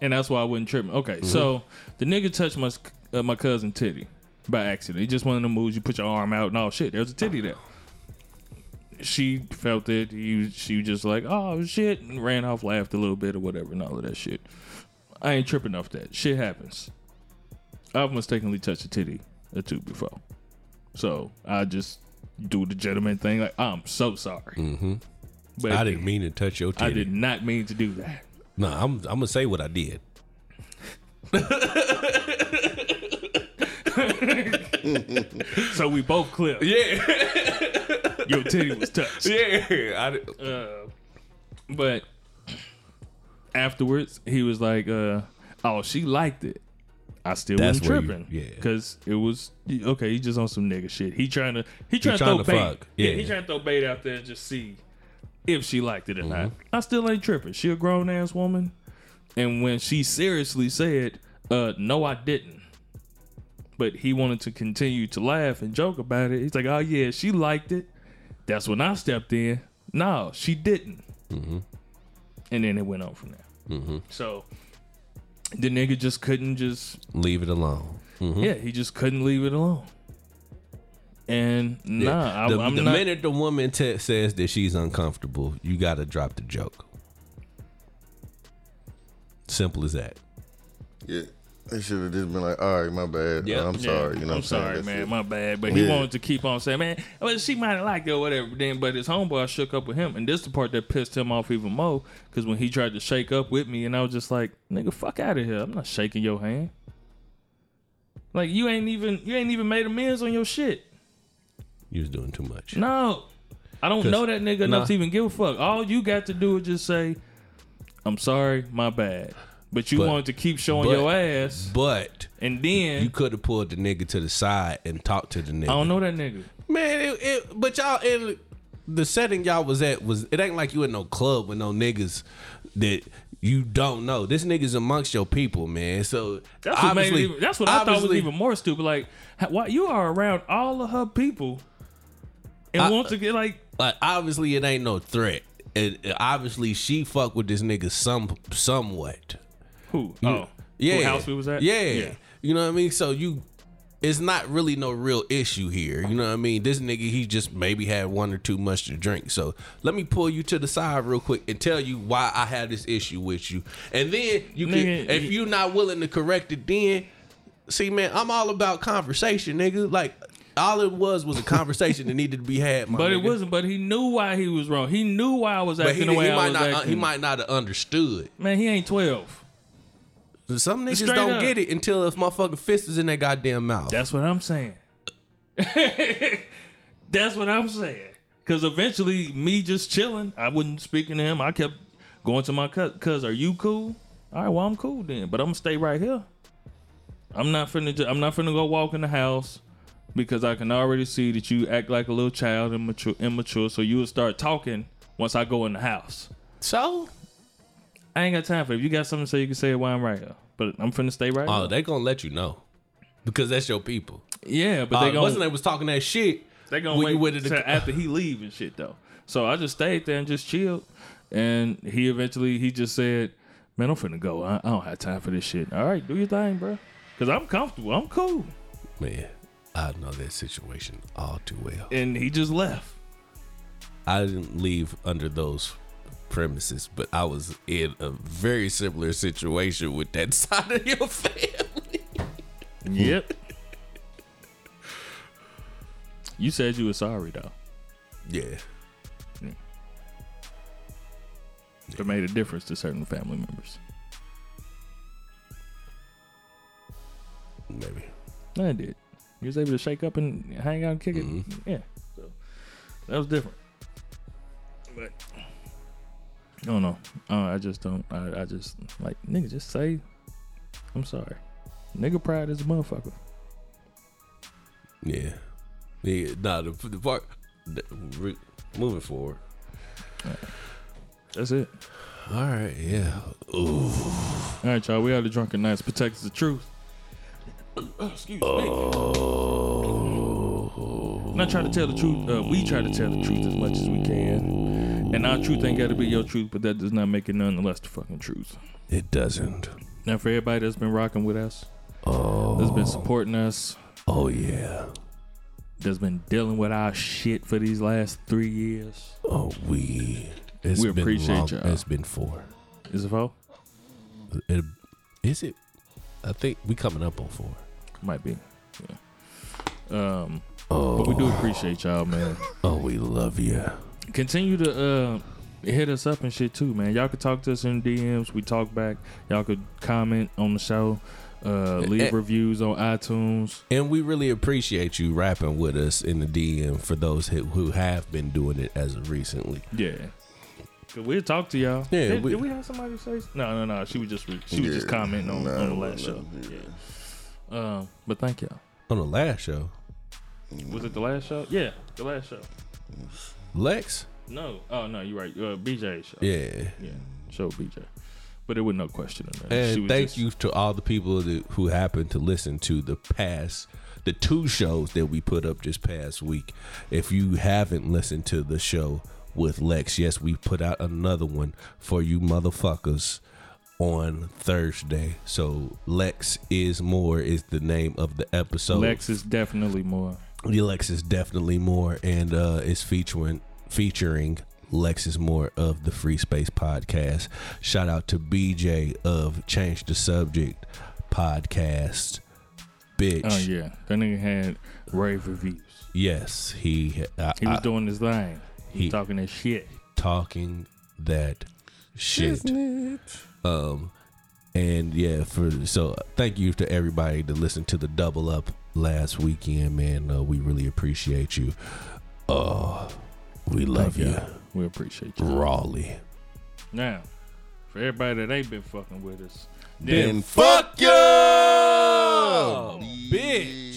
C: And that's why I wouldn't trip. him. Okay, so
F: Mm-hmm.
C: the nigga touched my s- uh, my cousin titty by accident. It just one of the moves you put your arm out and all shit. There's a titty there. She felt it. He, she was just like, oh shit, and ran off, laughed a little bit or whatever, and all of that shit. I ain't tripping off that. Shit happens. I've mistakenly touched a titty or two before. So I just do the gentleman thing. Like, I'm so sorry. Mm-hmm. But
F: I didn't mean to touch your titty.
C: I did not mean to do that.
F: No, I'm I'm gonna say what I did.
C: So we both clear. Yeah. Your titty was touched.
F: Yeah, I did.
C: But afterwards, he was like, uh, "Oh, she liked it." I still
F: That's
C: wasn't
F: where you-
C: tripping,
F: yeah.
C: because it was okay. He just on some nigga shit. He trying to he trying,
F: trying to
C: to throw bait.
F: fuck.
C: Yeah.
F: Yeah.
C: he trying to throw bait out there and just see if she liked it or not.
F: Mm-hmm.
C: I still ain't tripping. She a grown ass woman, and when she seriously said, uh, "No, I didn't," but he wanted to continue to laugh and joke about it. He's like, "Oh yeah, she liked it." That's when I stepped in. No, she didn't.
F: Mm-hmm.
C: And then it went on from there. So the nigga just couldn't just
F: leave it alone.
C: yeah, he just couldn't leave it alone. And nah, I,
F: the,
C: I'm
F: the
C: not.
F: minute the woman te- says that she's uncomfortable, you gotta drop the joke. Simple as that.
A: Yeah, they should have just been like, all right, my bad.
F: Yeah.
A: Uh, I'm
C: Yeah,
A: sorry. You know, what saying?
C: I'm sorry,
A: That's
C: man.
A: it.
C: My bad. But he
A: Yeah.
C: wanted to keep on saying, man, well, she might have liked it or whatever. Then, but his homeboy shook up with him, and this the part that pissed him off even more because when he tried to shake up with me, and I was just like, nigga, fuck out of here. I'm not shaking your hand. Like you ain't even you ain't even made amends on your shit.
F: You was doing too much.
C: No, I don't
F: 'Cause-
C: know that nigga enough
F: nah.
C: to even give a fuck. All you got to do is just say, "I'm sorry, my bad." But you
F: But-
C: wanted to keep showing
F: but-
C: your ass,
F: But
C: and then
F: you could have pulled the nigga to the side and talked to the nigga.
C: I don't know that nigga.
F: Man, it, it, but y'all, it, the setting y'all was at was it ain't like you in no club with no niggas that you don't know. This nigga's amongst your people, man. So
C: That's what made it
F: obviously-
C: even, that's what I thought was
F: obviously-
C: even more stupid. Like, how- why you are around all of her people and
F: I-
C: want to get like
F: like obviously it ain't no threat. It, it- obviously she fuck with this nigga some somewhat.
C: who? Oh,
F: Yeah.
C: Who house we was at?
F: Yeah. You know what I mean? So you it's not really no real issue here. You know what I mean? This nigga he just maybe had one or two much to drink. So let me pull you to the side real quick and tell you why I had this issue with you. And then you can
C: Nigga,
F: if
C: you-
F: you're not willing to correct it then see man, I'm all about conversation, nigga. Like all it was was a conversation that needed to be had. my
C: But it
F: nigga.
C: wasn't. But he knew why he was wrong. He knew why I was
F: But he,
C: acting
F: he
C: the way I
F: might
C: was
F: not. uh,
C: acting.
F: he might not have understood.
C: Man, he ain't twelve.
F: Some niggas
C: Straight
F: don't
C: up.
F: get it until if motherfucking fist is in their goddamn mouth.
C: That's what I'm saying. That's what I'm saying. Because eventually, me just chilling, I wasn't speaking to him. I kept going to my cuz. Cuz, are you cool? All right, well I'm cool then, but I'm gonna stay right here. I'm not finna. ju- I'm not finna go walk in the house because I can already see that you act like a little child, immature, immature. So you will start talking once I go in the house.
F: so.
C: I ain't got time for it. If you got something to say, you can say it while I'm right here. But I'm finna stay right
F: Oh,
C: here.
F: they gonna let you know because that's your people.
C: Yeah, but
F: Uh,
C: they gonna
F: wasn't they was talking that shit?
C: They gonna
F: When you
C: wait
F: went to
C: till
F: the-
C: after he leave and shit though. So I just stayed there and just chilled. And he eventually he just said, "Man, I'm finna go. I, I don't have time for this shit. All right, do your thing, bro. Cause I'm comfortable. I'm cool."
F: Man, I know that situation all too well.
C: And he just left.
F: I didn't leave under those premises, but I was in a very similar situation with that side of your family. Hmm.
C: Yep. you said you were sorry though.
F: Yeah,
C: It made a difference to certain family members.
F: maybe.
C: No, it did. You was able to shake up and hang out and kick it. Yeah. So that was different. But I don't know. Uh, I just don't. I, I just like nigga. Just say, I'm sorry. Nigga pride is a motherfucker.
F: Yeah. Yeah, nah, the, the part. The, re, moving forward.
C: That's it.
F: All right, yeah.
C: All right, y'all. We are the drunken knights. Protects the truth. Excuse me. Not trying to tell the truth. Uh, we try to tell the truth as much as we can, and our truth ain't got to be your truth, but that does not make it none the less the fucking truth.
F: It doesn't.
C: Now, for everybody that's been rocking with us, that's been supporting us,
F: Oh, yeah.
C: that's been dealing with our shit for these last three years.
F: Oh, we. It's
C: We appreciate
F: long-
C: y'all.
F: It's been four.
C: Is it four?
F: It, is it? I think we coming up on four.
C: Might be. Yeah. Um, But we do appreciate y'all, man.
F: Oh, we love you.
C: Continue to uh, hit us up and shit too, man. Y'all could talk to us in DMs. We talk back. Y'all could comment on the show. Uh,
F: Eh.
C: leave reviews on iTunes.
F: And we really appreciate you rapping with us in the DM for those who, who have been doing it as of recently.
C: Yeah. Cause we'll talk to y'all.
F: Yeah,
C: Did did
F: we-
C: we, have somebody say? No, no, no. She was just re- she was just
A: Yeah,
C: commenting on,
A: nah,
C: on the
A: nah,
C: last show. Yeah. Um, but thank y'all.
F: On the last show,
C: Was it the last show? Yeah, the last show.
F: Lex?
C: No, oh no, you're right. Uh, BJ show.
F: Yeah.
C: yeah, show BJ. But it was no question in there.
F: And
C: She was
F: thank
C: just-
F: you to all the people that, who happened to listen to the past, the two shows that we put up this past week. If you haven't listened to the show with Lex, yes, we put out another one for you motherfuckers on Thursday. So Lex is more is the name of the episode.
C: Lex is definitely more.
F: The Lex is definitely more, and uh, it's featuring featuring Lexus Moore of the Free Space Podcast. Shout out to BJ of Change the Subject Podcast. Bitch,
C: Oh yeah, that nigga had rave reviews.
F: yes, he uh, I,
C: He was
F: I-
C: doing his thing. He
F: he-
C: was talking that shit.
F: talking that shit. Um, and yeah, for so thank you to everybody that listened to the double up last weekend, man. Uh, we really appreciate you. Uh, we love you.
C: We appreciate you.
F: Raleigh.
C: Now, for everybody that ain't been fucking with us,
A: Then fuck you,
F: bitch.